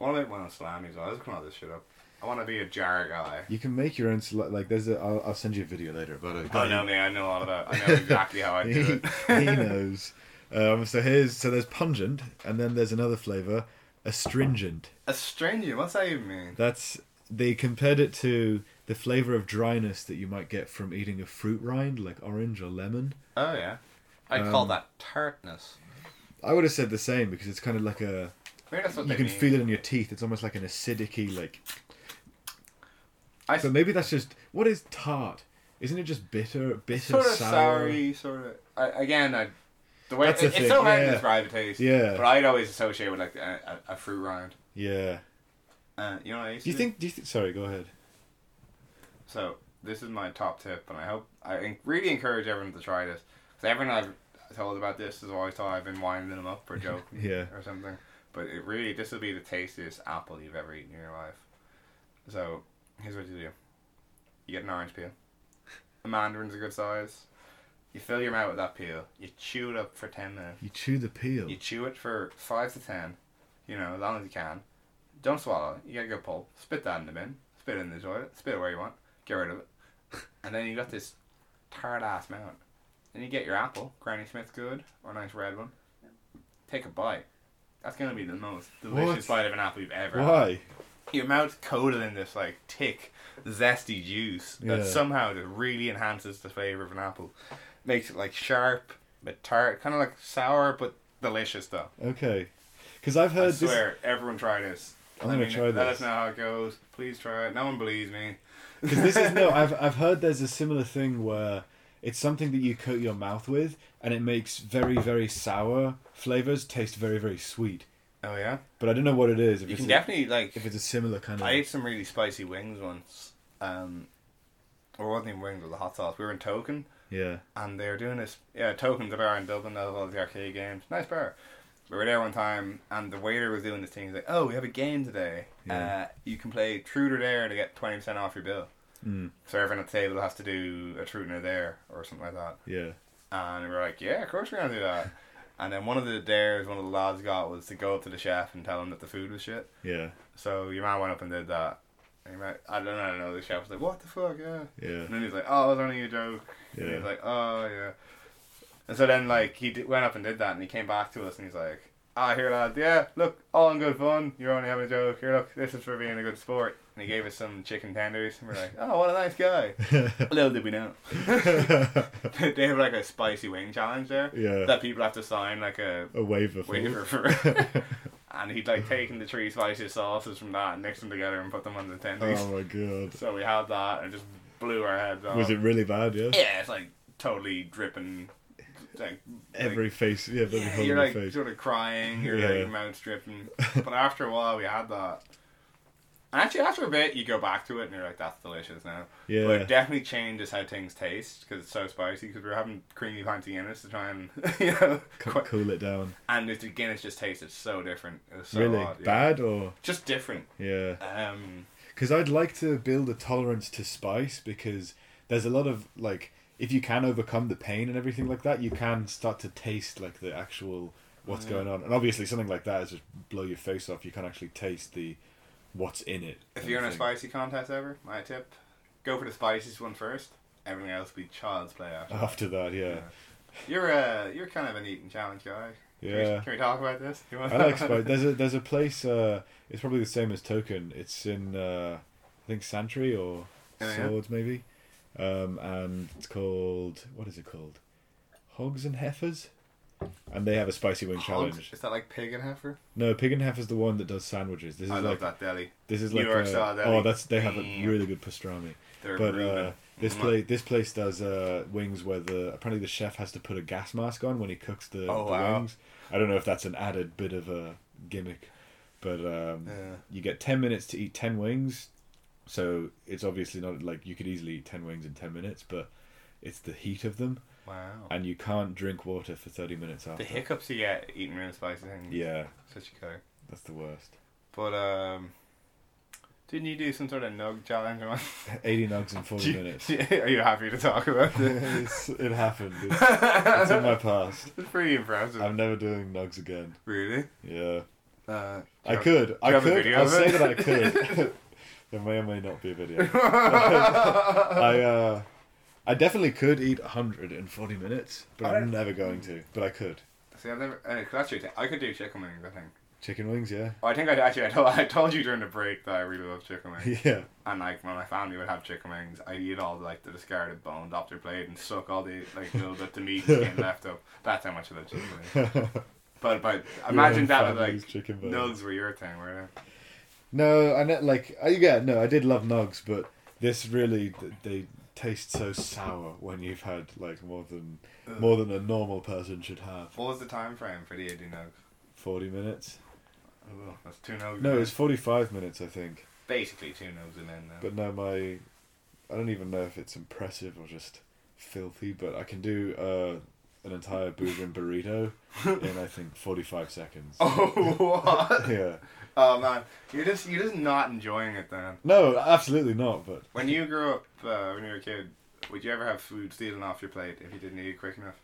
Speaker 2: I want to make one of salami as well. I just all this shit up. I want to be a jar guy.
Speaker 3: you can make your own. Sal- like there's a. I'll, I'll send you a video later about it.
Speaker 2: Oh no, man! I know all about. I know exactly how I
Speaker 3: he,
Speaker 2: do
Speaker 3: he
Speaker 2: it.
Speaker 3: knows. Um, so here's so there's pungent, and then there's another flavor, astringent.
Speaker 2: Astringent. What's that even mean?
Speaker 3: That's they compared it to the flavor of dryness that you might get from eating a fruit rind like orange or lemon.
Speaker 2: Oh yeah, I call
Speaker 3: Um,
Speaker 2: that tartness.
Speaker 3: I would have said the same because it's kind of like a
Speaker 2: Maybe that's what
Speaker 3: you
Speaker 2: they
Speaker 3: can
Speaker 2: mean.
Speaker 3: feel it in your teeth. It's almost like an acidicy like.
Speaker 2: I
Speaker 3: But maybe that's just what is tart. Isn't it just bitter, bitter,
Speaker 2: sort of
Speaker 3: sour?
Speaker 2: soury, sort of. I, again, I. The way
Speaker 3: That's
Speaker 2: it,
Speaker 3: the
Speaker 2: it's
Speaker 3: thing,
Speaker 2: so hard
Speaker 3: yeah.
Speaker 2: to describe a taste.
Speaker 3: Yeah.
Speaker 2: But I'd always associate with like a, a, a fruit rind.
Speaker 3: Yeah.
Speaker 2: Uh, you know what I used
Speaker 3: Do you
Speaker 2: to
Speaker 3: think? Do you think? Sorry, go ahead.
Speaker 2: So this is my top tip, and I hope I en- really encourage everyone to try this. Because everyone I've told about this has always thought I've been winding them up or joking
Speaker 3: Yeah.
Speaker 2: or something. But it really, this will be the tastiest apple you've ever eaten in your life. So here's what you do: you get an orange peel. A mandarin's a good size. You fill your mouth with that peel. You chew it up for ten minutes.
Speaker 3: You chew the peel.
Speaker 2: You chew it for five to ten, you know, as long as you can. Don't swallow it. You get a good pulp. Spit that in the bin. Spit it in the toilet. Spit it where you want. Get rid of it. And then you got this tired ass mount. Then you get your apple, Granny Smith's good, or a nice red one. Take a bite. That's gonna be the most delicious
Speaker 3: What?
Speaker 2: bite of an apple you've ever had.
Speaker 3: Why?
Speaker 2: Your mouth's coated in this like thick, zesty juice that
Speaker 3: Yeah.
Speaker 2: somehow just really enhances the flavor of an apple. Makes it like sharp but tart, kind of like sour but delicious though.
Speaker 3: Okay. Because I've
Speaker 2: I
Speaker 3: heard Uh, this.
Speaker 2: swear, everyone try this.
Speaker 3: I'm
Speaker 2: Let
Speaker 3: gonna
Speaker 2: me
Speaker 3: try
Speaker 2: know- Let
Speaker 3: this.
Speaker 2: us know how it goes. Please try it. No one believes me.
Speaker 3: Because this is no, I've I've heard there's a similar thing where It's something that you coat your mouth with, and it makes very very sour flavors taste very very sweet.
Speaker 2: Oh yeah,
Speaker 3: But I don't know what it is. If
Speaker 2: you
Speaker 3: it's
Speaker 2: can
Speaker 3: a,
Speaker 2: definitely like.
Speaker 3: if it's a similar kind of.
Speaker 2: I ate some really spicy wings once. Um, or it wasn't even wings with the hot sauce. We were in Token,
Speaker 3: yeah.
Speaker 2: and they were doing this. Yeah, Token's a bar in Dublin that has all the arcade games. Nice bar. We were there one time, and the waiter was doing this thing. He's like, "Oh, we have a game today.
Speaker 3: Yeah.
Speaker 2: Uh, you can play Truth or Dare to get twenty percent off your bill."
Speaker 3: Mm,
Speaker 2: So everyone at the table has to do a Truth or Dare or something like that.
Speaker 3: yeah.
Speaker 2: And we were like, "Yeah, of course we're gonna do that." and then one of the dares one of the lads got was to go up to the chef and tell him that the food was shit.
Speaker 3: Yeah.
Speaker 2: So your man went up and did that. And your man, I don't know, I don't know. The chef was like, "What the fuck?" Yeah.
Speaker 3: Yeah.
Speaker 2: And then he's like, "Oh, it was only a joke." And he
Speaker 3: Yeah.
Speaker 2: was like, "Oh yeah." And so then like he did, went up and did that, and he came back to us, and he's like, "Ah, here, lads. Yeah, look, all in good fun. You're only having a joke. Here, look, this is for being a good sport." And he gave us some chicken tenders, and we're like, "Oh, what a nice guy." Little did we know, they have like a spicy wing challenge there
Speaker 3: Yeah.
Speaker 2: that people have to sign like a
Speaker 3: a waiver for.
Speaker 2: waiver for. and he'd like taken the three spicy sauces from that and mixed them together and put them on the tendies.
Speaker 3: oh my god.
Speaker 2: So we had that and just blew our heads off.
Speaker 3: Was it really bad? Yeah.
Speaker 2: Um, Yeah, it's like totally dripping. Like
Speaker 3: Every face. Yeah. Every
Speaker 2: like, yeah,
Speaker 3: hole in
Speaker 2: you're
Speaker 3: the
Speaker 2: like
Speaker 3: face.
Speaker 2: sort of crying, your
Speaker 3: Yeah.
Speaker 2: like, mouth's dripping. But after a while, we had that. And actually, after a bit, you go back to it and you're like, "That's delicious now."
Speaker 3: Yeah.
Speaker 2: But it definitely changes how things taste because it's so spicy. Because we were having creamy pints of Guinness to try and you know,
Speaker 3: Co- cool it down.
Speaker 2: and the Guinness just tasted so different. It was so
Speaker 3: really
Speaker 2: odd, yeah.
Speaker 3: bad or
Speaker 2: just different.
Speaker 3: yeah.
Speaker 2: Um,
Speaker 3: because I'd like to build a tolerance to spice because there's a lot of like if you can overcome the pain and everything like that, you can start to taste like the actual what's going on. And obviously, something like that is just blow your face off. You can actually taste the what's in it.
Speaker 2: if
Speaker 3: kind
Speaker 2: you're
Speaker 3: of
Speaker 2: in a
Speaker 3: thing.
Speaker 2: spicy contest ever, my tip: go for the spiciest one first. Everything else will be child's play after.
Speaker 3: after that, yeah,
Speaker 2: You're uh, you're kind of an eating challenge guy. Can we-
Speaker 3: yeah.
Speaker 2: Can we, talk about this? You want-
Speaker 3: I like spice. There's a there's a place. Uh, it's probably the same as Token. It's in uh, I think Santry or
Speaker 2: Oh, yeah?
Speaker 3: Swords maybe, um, and it's called what is it called? Hogs and heifers, and they have a spicy wing challenge.
Speaker 2: Is that like pig and heifer?
Speaker 3: No, pig and heifer's the one that does sandwiches. This is
Speaker 2: I love
Speaker 3: like
Speaker 2: that deli.
Speaker 3: this is
Speaker 2: New
Speaker 3: like
Speaker 2: York
Speaker 3: a-
Speaker 2: style deli.
Speaker 3: oh that's they have a
Speaker 2: Damn.
Speaker 3: really good pastrami.
Speaker 2: They're
Speaker 3: But uh,
Speaker 2: Reuben.
Speaker 3: this
Speaker 2: Mwah.
Speaker 3: place this place does uh, wings where the apparently the chef has to put a gas mask on when he cooks the,
Speaker 2: Oh,
Speaker 3: the
Speaker 2: wow.
Speaker 3: wings. I don't know if that's an added bit of a gimmick, but um,
Speaker 2: Yeah.
Speaker 3: you get ten minutes to eat ten wings, so it's obviously not like you could easily eat ten wings in ten minutes, but it's the heat of them,
Speaker 2: Wow.
Speaker 3: and you can't drink water for thirty minutes after.
Speaker 2: The hiccups you get eating real spicy things.
Speaker 3: Yeah,
Speaker 2: Such a killer.
Speaker 3: that's the worst.
Speaker 2: But um, didn't you do some sort of nug challenge once?
Speaker 3: Eighty nugs in
Speaker 2: Do
Speaker 3: forty
Speaker 2: you-
Speaker 3: minutes.
Speaker 2: do you- Are you happy to talk about this?
Speaker 3: it's, it happened. It's, it's in my past.
Speaker 2: It's pretty impressive.
Speaker 3: I'm never doing nugs again.
Speaker 2: really?
Speaker 3: Yeah.
Speaker 2: Uh,
Speaker 3: I could.
Speaker 2: you
Speaker 3: I
Speaker 2: have a
Speaker 3: could.
Speaker 2: video
Speaker 3: I'll
Speaker 2: of
Speaker 3: say
Speaker 2: it?
Speaker 3: that I could. there may or may not be a video. I uh, I definitely could eat 140 minutes, but
Speaker 2: I
Speaker 3: I'm
Speaker 2: don't-
Speaker 3: never going to. But I could.
Speaker 2: See, I've never. Uh, that's your thing. I could do chicken wings. I think.
Speaker 3: Chicken wings, yeah.
Speaker 2: Oh, I think I actually. I told, I told you during the break that I really love chicken wings.
Speaker 3: Yeah.
Speaker 2: And like when my family would have chicken wings, I'd eat all like the discarded bones off their plate and suck all the like little bit the meat and skin left up. That's how much of the chicken wings. But but imagine that was
Speaker 3: family's
Speaker 2: like
Speaker 3: chicken bones.
Speaker 2: nugs were your thing, were they?
Speaker 3: No, I know, like I yeah, no, I did love nugs, but this really th- they taste so sour when you've had like more than more than a normal person should have.
Speaker 2: What was the time frame for the eighty nugs?
Speaker 3: 40 minutes.
Speaker 2: Oh, that's two nugs.
Speaker 3: No,
Speaker 2: in.
Speaker 3: it's 45 minutes, I think.
Speaker 2: basically two nugs and then.
Speaker 3: But no, my I don't even know if it's impressive or just filthy, but I can do uh, an entire bouillon burrito in I think forty five seconds.
Speaker 2: Oh what?
Speaker 3: Yeah.
Speaker 2: oh man, you're just you're just not enjoying it then.
Speaker 3: No, absolutely not. But
Speaker 2: When you grew up, uh, when you were a kid, would you ever have food stealing off your plate if you didn't eat it quick enough?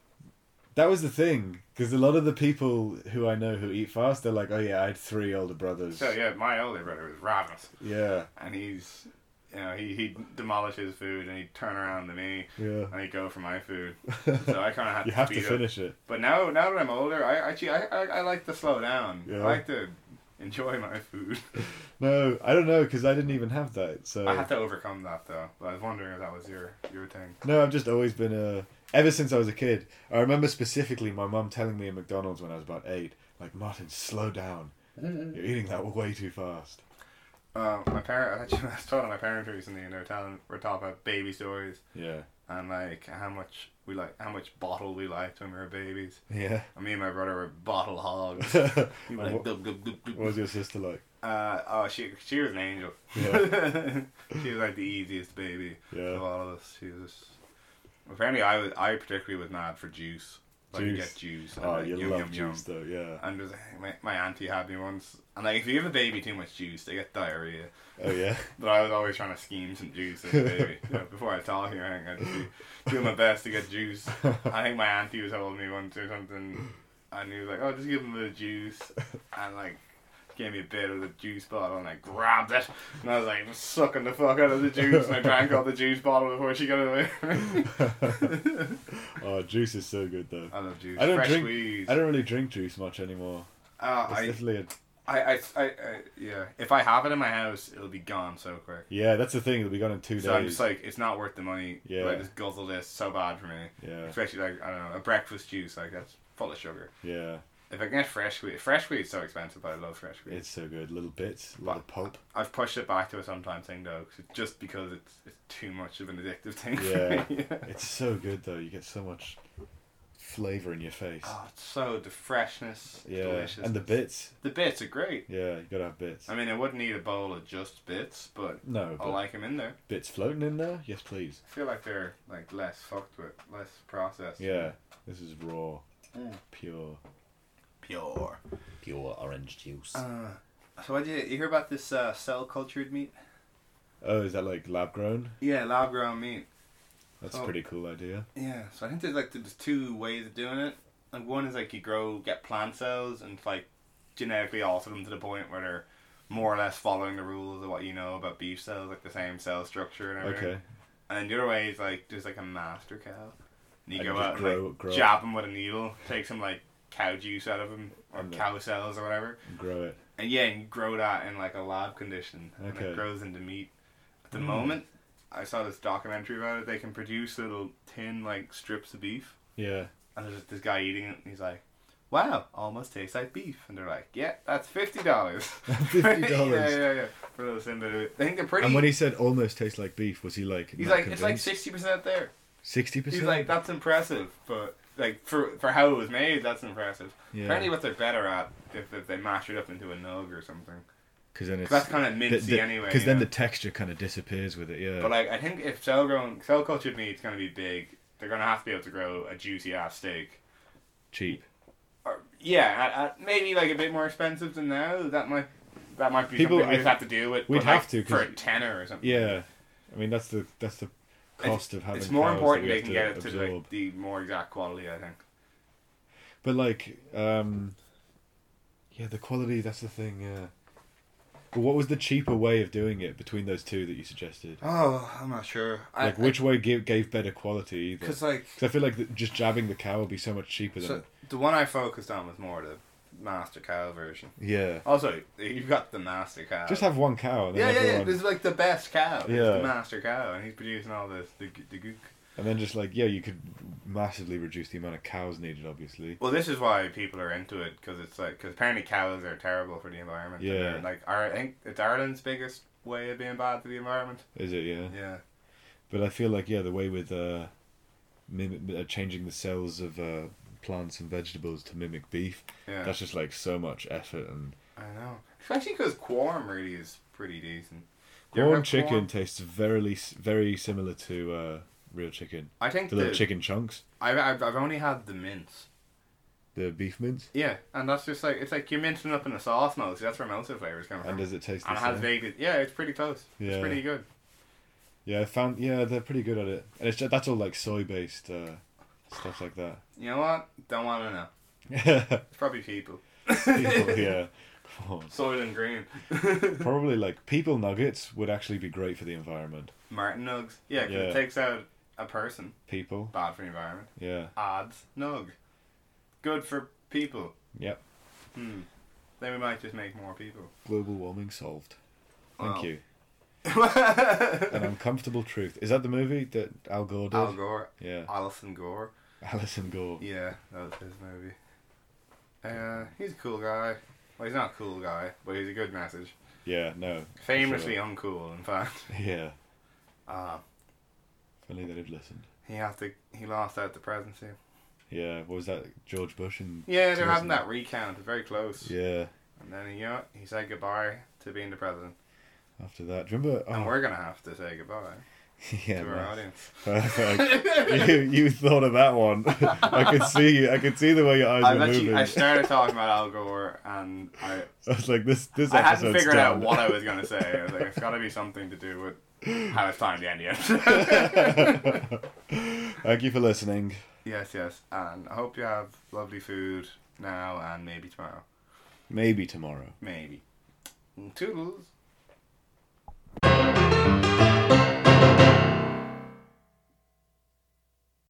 Speaker 3: that was the thing because a lot of the people who I know who eat fast, they're like, "Oh yeah, I had three older brothers."
Speaker 2: So Oh, yeah, my older brother was ravenous,
Speaker 3: Yeah.
Speaker 2: and he's, you know, he he demolish his food and he'd turn around to me
Speaker 3: Yeah.
Speaker 2: and he'd go for my food. So I kind of had
Speaker 3: You
Speaker 2: to
Speaker 3: have to
Speaker 2: speed up.
Speaker 3: finish it.
Speaker 2: But now now that I'm older, I actually I, I, I like to slow down.
Speaker 3: Yeah.
Speaker 2: I like to enjoy my food.
Speaker 3: No, I don't know because I didn't even have that. So
Speaker 2: I have to overcome that though. But I was wondering if that was your your thing.
Speaker 3: No, I've just always been a. Ever since I was a kid, I remember specifically my mum telling me at McDonald's when I was about eight, like, Martin, slow down. You're eating that way too fast.
Speaker 2: Um, Uh, my parent, I actually I was talking to my parents recently, and they were telling, were talking about baby stories.
Speaker 3: Yeah.
Speaker 2: and like how much we like how much bottle we liked when we were babies.
Speaker 3: Yeah.
Speaker 2: And me and my brother were bottle hogs.
Speaker 3: what
Speaker 2: We were like,
Speaker 3: What-
Speaker 2: "Gub, gub, gub, gub,
Speaker 3: was your sister like?
Speaker 2: Uh, oh, she she was an angel. she was like the easiest baby of
Speaker 3: Yeah.
Speaker 2: all of us. She was. Just... Apparently, I was I particularly was mad for juice. Like you
Speaker 3: Juice.
Speaker 2: get juice. And
Speaker 3: Oh,
Speaker 2: like,
Speaker 3: you
Speaker 2: Uh, yum,
Speaker 3: love
Speaker 2: yum,
Speaker 3: juice though.
Speaker 2: yum.
Speaker 3: Yeah.
Speaker 2: And was, my my auntie had me once, and like if you give a baby too much juice, they get diarrhea.
Speaker 3: Oh yeah.
Speaker 2: But I was always trying to scheme some juice as a baby. you know, before I talk here, I think I'd just be doing my best to get juice. I think my auntie was holding me once or something, and he was like, "Oh, just give him the juice," and like gave me a bit of the juice bottle, and I grabbed it, and I was like just sucking the fuck out of the juice, and I drank all the juice bottle before she got it away.
Speaker 3: oh, juice is so good though.
Speaker 2: I love juice.
Speaker 3: I don't
Speaker 2: Fresh
Speaker 3: drink-
Speaker 2: squeeze.
Speaker 3: I don't really drink juice much anymore.
Speaker 2: Uh,
Speaker 3: It's
Speaker 2: I,
Speaker 3: definitely a
Speaker 2: I, I, I, I, yeah. If I have it in my house, it'll be gone so quick.
Speaker 3: yeah. That's the thing. It'll be gone in two
Speaker 2: So I'm
Speaker 3: days.
Speaker 2: just like, it's not worth the money.
Speaker 3: Yeah.
Speaker 2: Like, just guzzle this. So bad for me.
Speaker 3: yeah.
Speaker 2: Especially like I don't know a breakfast juice like that's full of sugar.
Speaker 3: Yeah.
Speaker 2: If I can get fresh wheat, fresh wheat's so expensive, but I love fresh wheat.
Speaker 3: It's so good. Little bits. Little pulp.
Speaker 2: I've pushed it back to a sometimes thing though, 'cause it's just because it's it's too much of an addictive thing.
Speaker 3: Yeah.
Speaker 2: For me.
Speaker 3: It's so good though. You get so much flavor in your face.
Speaker 2: Oh, it's so the freshness,
Speaker 3: yeah.
Speaker 2: delicious.
Speaker 3: And the bits.
Speaker 2: the bits are great.
Speaker 3: Yeah. You gotta have bits.
Speaker 2: I mean, I wouldn't eat a bowl of just bits, but
Speaker 3: No.
Speaker 2: I
Speaker 3: But
Speaker 2: like them in there.
Speaker 3: bits floating in there. Yes, please.
Speaker 2: I feel like they're like less fucked with, less processed.
Speaker 3: Yeah. This is raw.
Speaker 2: Mm.
Speaker 3: Pure.
Speaker 2: Pure.
Speaker 5: Pure orange juice.
Speaker 2: Uh, so what do you, you hear about this uh, cell cultured meat?
Speaker 3: Oh, is that like lab grown?
Speaker 2: Yeah, lab grown meat.
Speaker 3: That's
Speaker 2: Oh.
Speaker 3: a pretty cool idea.
Speaker 2: Yeah, so I think there's like there's two ways of doing it. Like one is like you grow get plant cells and like genetically alter them to the point where they're more or less following the rules of what you know about beef cells, like the same cell structure and everything.
Speaker 3: Okay.
Speaker 2: And the other way is like there's like a master cow. And you
Speaker 3: And
Speaker 2: go
Speaker 3: just
Speaker 2: out and
Speaker 3: grow-
Speaker 2: like,
Speaker 3: grow.
Speaker 2: jab him with a needle, take some like cow juice out of him or
Speaker 3: And then-
Speaker 2: cow cells or whatever.
Speaker 3: Grow it.
Speaker 2: And yeah, and you grow that in like a lab condition, and
Speaker 3: Okay. Mm.
Speaker 2: it grows into meat. At the moment, I saw this documentary about it. They can produce little tin like strips of beef,
Speaker 3: Yeah.
Speaker 2: and there's this guy eating it, and he's like, "Wow, almost tastes like beef." And they're like, "Yeah, that's fifty dollars." yeah,
Speaker 3: $50.
Speaker 2: yeah, yeah. For a little sin, but I think they're pretty.
Speaker 3: And when he said almost tastes like beef, was he like?
Speaker 2: he's
Speaker 3: not
Speaker 2: like, "It's like
Speaker 3: convinced?
Speaker 2: sixty percent there."
Speaker 3: 60%?
Speaker 2: He's like, "That's impressive," but like for for how it was made, that's impressive. Apparently,
Speaker 3: yeah.
Speaker 2: what they're better at if, if they mash it up into a nug or something.
Speaker 3: Because then
Speaker 2: 'Cause
Speaker 3: it's.
Speaker 2: that's kind of mincy anyway.
Speaker 3: Because
Speaker 2: you
Speaker 3: then
Speaker 2: know?
Speaker 3: the texture kind of disappears with it, yeah.
Speaker 2: But like, I think if cell grown, cell cultured meat's gonna be big, they're gonna have to be able to grow a juicy ass steak.
Speaker 3: Cheap.
Speaker 2: Or yeah, at, at maybe like a bit more expensive than now. That might that might be
Speaker 3: People-
Speaker 2: something we
Speaker 3: I-
Speaker 2: just have to deal with.
Speaker 3: we'd
Speaker 2: but, like,
Speaker 3: have to, 'cause-
Speaker 2: for a tenner or something.
Speaker 3: Yeah. I mean, that's the that's the cost of having.
Speaker 2: It's more
Speaker 3: cows that
Speaker 2: important
Speaker 3: we
Speaker 2: they
Speaker 3: have
Speaker 2: can
Speaker 3: to
Speaker 2: get it to
Speaker 3: absorb.
Speaker 2: like, the more exact quality. I think.
Speaker 3: But like, um, yeah, the quality. That's the thing. Yeah. But what was the cheaper way of doing it between those two that you suggested?
Speaker 2: Oh, I'm not sure.
Speaker 3: Like, which way gave, gave better quality? Either?
Speaker 2: Because like,
Speaker 3: Because I feel like the, just jabbing the cow would be so much cheaper than.
Speaker 2: so the one I focused on was more the master cow version.
Speaker 3: yeah.
Speaker 2: Also, you've got the master cow.
Speaker 3: Just have one cow and
Speaker 2: Uh,
Speaker 3: then
Speaker 2: yeah, yeah, yeah.
Speaker 3: everyone,
Speaker 2: This is like the best cow. It's
Speaker 3: Yeah.
Speaker 2: the master cow, and he's producing all this the the gook.
Speaker 3: and then just like yeah, you could massively reduce the amount of cows needed, obviously.
Speaker 2: Well, this is why people are into it because it's like because apparently cows are terrible for the environment. and
Speaker 3: Yeah.
Speaker 2: they're, like Ar- I think it's Ireland's biggest way of being bad for the environment.
Speaker 3: Is it yeah?
Speaker 2: Yeah,
Speaker 3: But I feel like yeah, the way with uh, mim- uh changing the cells of uh, plants and vegetables to mimic beef,
Speaker 2: yeah.
Speaker 3: that's just like so much effort and.
Speaker 2: I know, especially because quorm really is pretty decent. You ever
Speaker 3: Corn
Speaker 2: had
Speaker 3: chicken
Speaker 2: quorm?
Speaker 3: tastes very s- very similar to uh, real chicken.
Speaker 2: I think
Speaker 3: The little
Speaker 2: the-
Speaker 3: chicken chunks,
Speaker 2: I've, I've I've only had the mince.
Speaker 3: the beef mince,
Speaker 2: Yeah, and that's just like it's like you're mincing up in a sauce mostly. That's where most of the flavors come from.
Speaker 3: and does it taste?
Speaker 2: And
Speaker 3: The
Speaker 2: it has
Speaker 3: same?
Speaker 2: vaguely, yeah, it's pretty close.
Speaker 3: Yeah.
Speaker 2: It's pretty good.
Speaker 3: Yeah, I found. Yeah, they're pretty good at it, and it's just, that's all like soy based uh, stuff like that.
Speaker 2: You know what? Don't want to know. It's probably people.
Speaker 3: people, yeah, Come on.
Speaker 2: Soil and green.
Speaker 3: probably like people nuggets would actually be great for the environment.
Speaker 2: Martin Nugs. Yeah, 'cause
Speaker 3: Yeah.
Speaker 2: it takes out a person.
Speaker 3: People,
Speaker 2: Bad for the environment.
Speaker 3: yeah,
Speaker 2: Odds Nug. Good for people.
Speaker 3: Yep.
Speaker 2: Hmm. Then we might just make more people.
Speaker 3: global warming solved. Thank
Speaker 2: Wow.
Speaker 3: you. An uncomfortable truth. Is that the movie that Al Gore did?
Speaker 2: Al Gore.
Speaker 3: Yeah,
Speaker 2: Alison Gore.
Speaker 3: Alison Gore.
Speaker 2: Yeah, that was his movie. Uh, he's a cool guy. Well, he's not a cool guy, but he's a good message.
Speaker 3: Yeah, no.
Speaker 2: Famously uncool, in fact.
Speaker 3: Yeah,
Speaker 2: Uh,
Speaker 3: if only they'd have listened.
Speaker 2: he had to he lost out the presidency.
Speaker 3: Yeah, what was that? George Bush and
Speaker 2: Yeah, they're having
Speaker 3: 2000.
Speaker 2: that recount, very close.
Speaker 3: yeah.
Speaker 2: And then he, you know, he said goodbye to being the president,
Speaker 3: After that, do you remember?
Speaker 2: and
Speaker 3: Oh,
Speaker 2: we're gonna have to say goodbye
Speaker 3: yeah,
Speaker 2: to our
Speaker 3: man.
Speaker 2: audience.
Speaker 3: Perfect. you, you thought of that one. I could see you. I could see the way your eyes
Speaker 2: I
Speaker 3: were
Speaker 2: bet
Speaker 3: moving.
Speaker 2: you, I
Speaker 3: I,
Speaker 2: started talking about Al Gore, and I
Speaker 3: was like, this this
Speaker 2: I
Speaker 3: episode's
Speaker 2: hadn't figured out
Speaker 3: done.
Speaker 2: what I was gonna say. I was like, it's gotta be something to do with how it's time to end the episode.
Speaker 3: Thank you for listening.
Speaker 2: yes, yes, and I hope you have lovely food now and maybe tomorrow,
Speaker 3: Maybe tomorrow.
Speaker 2: maybe. Toodles.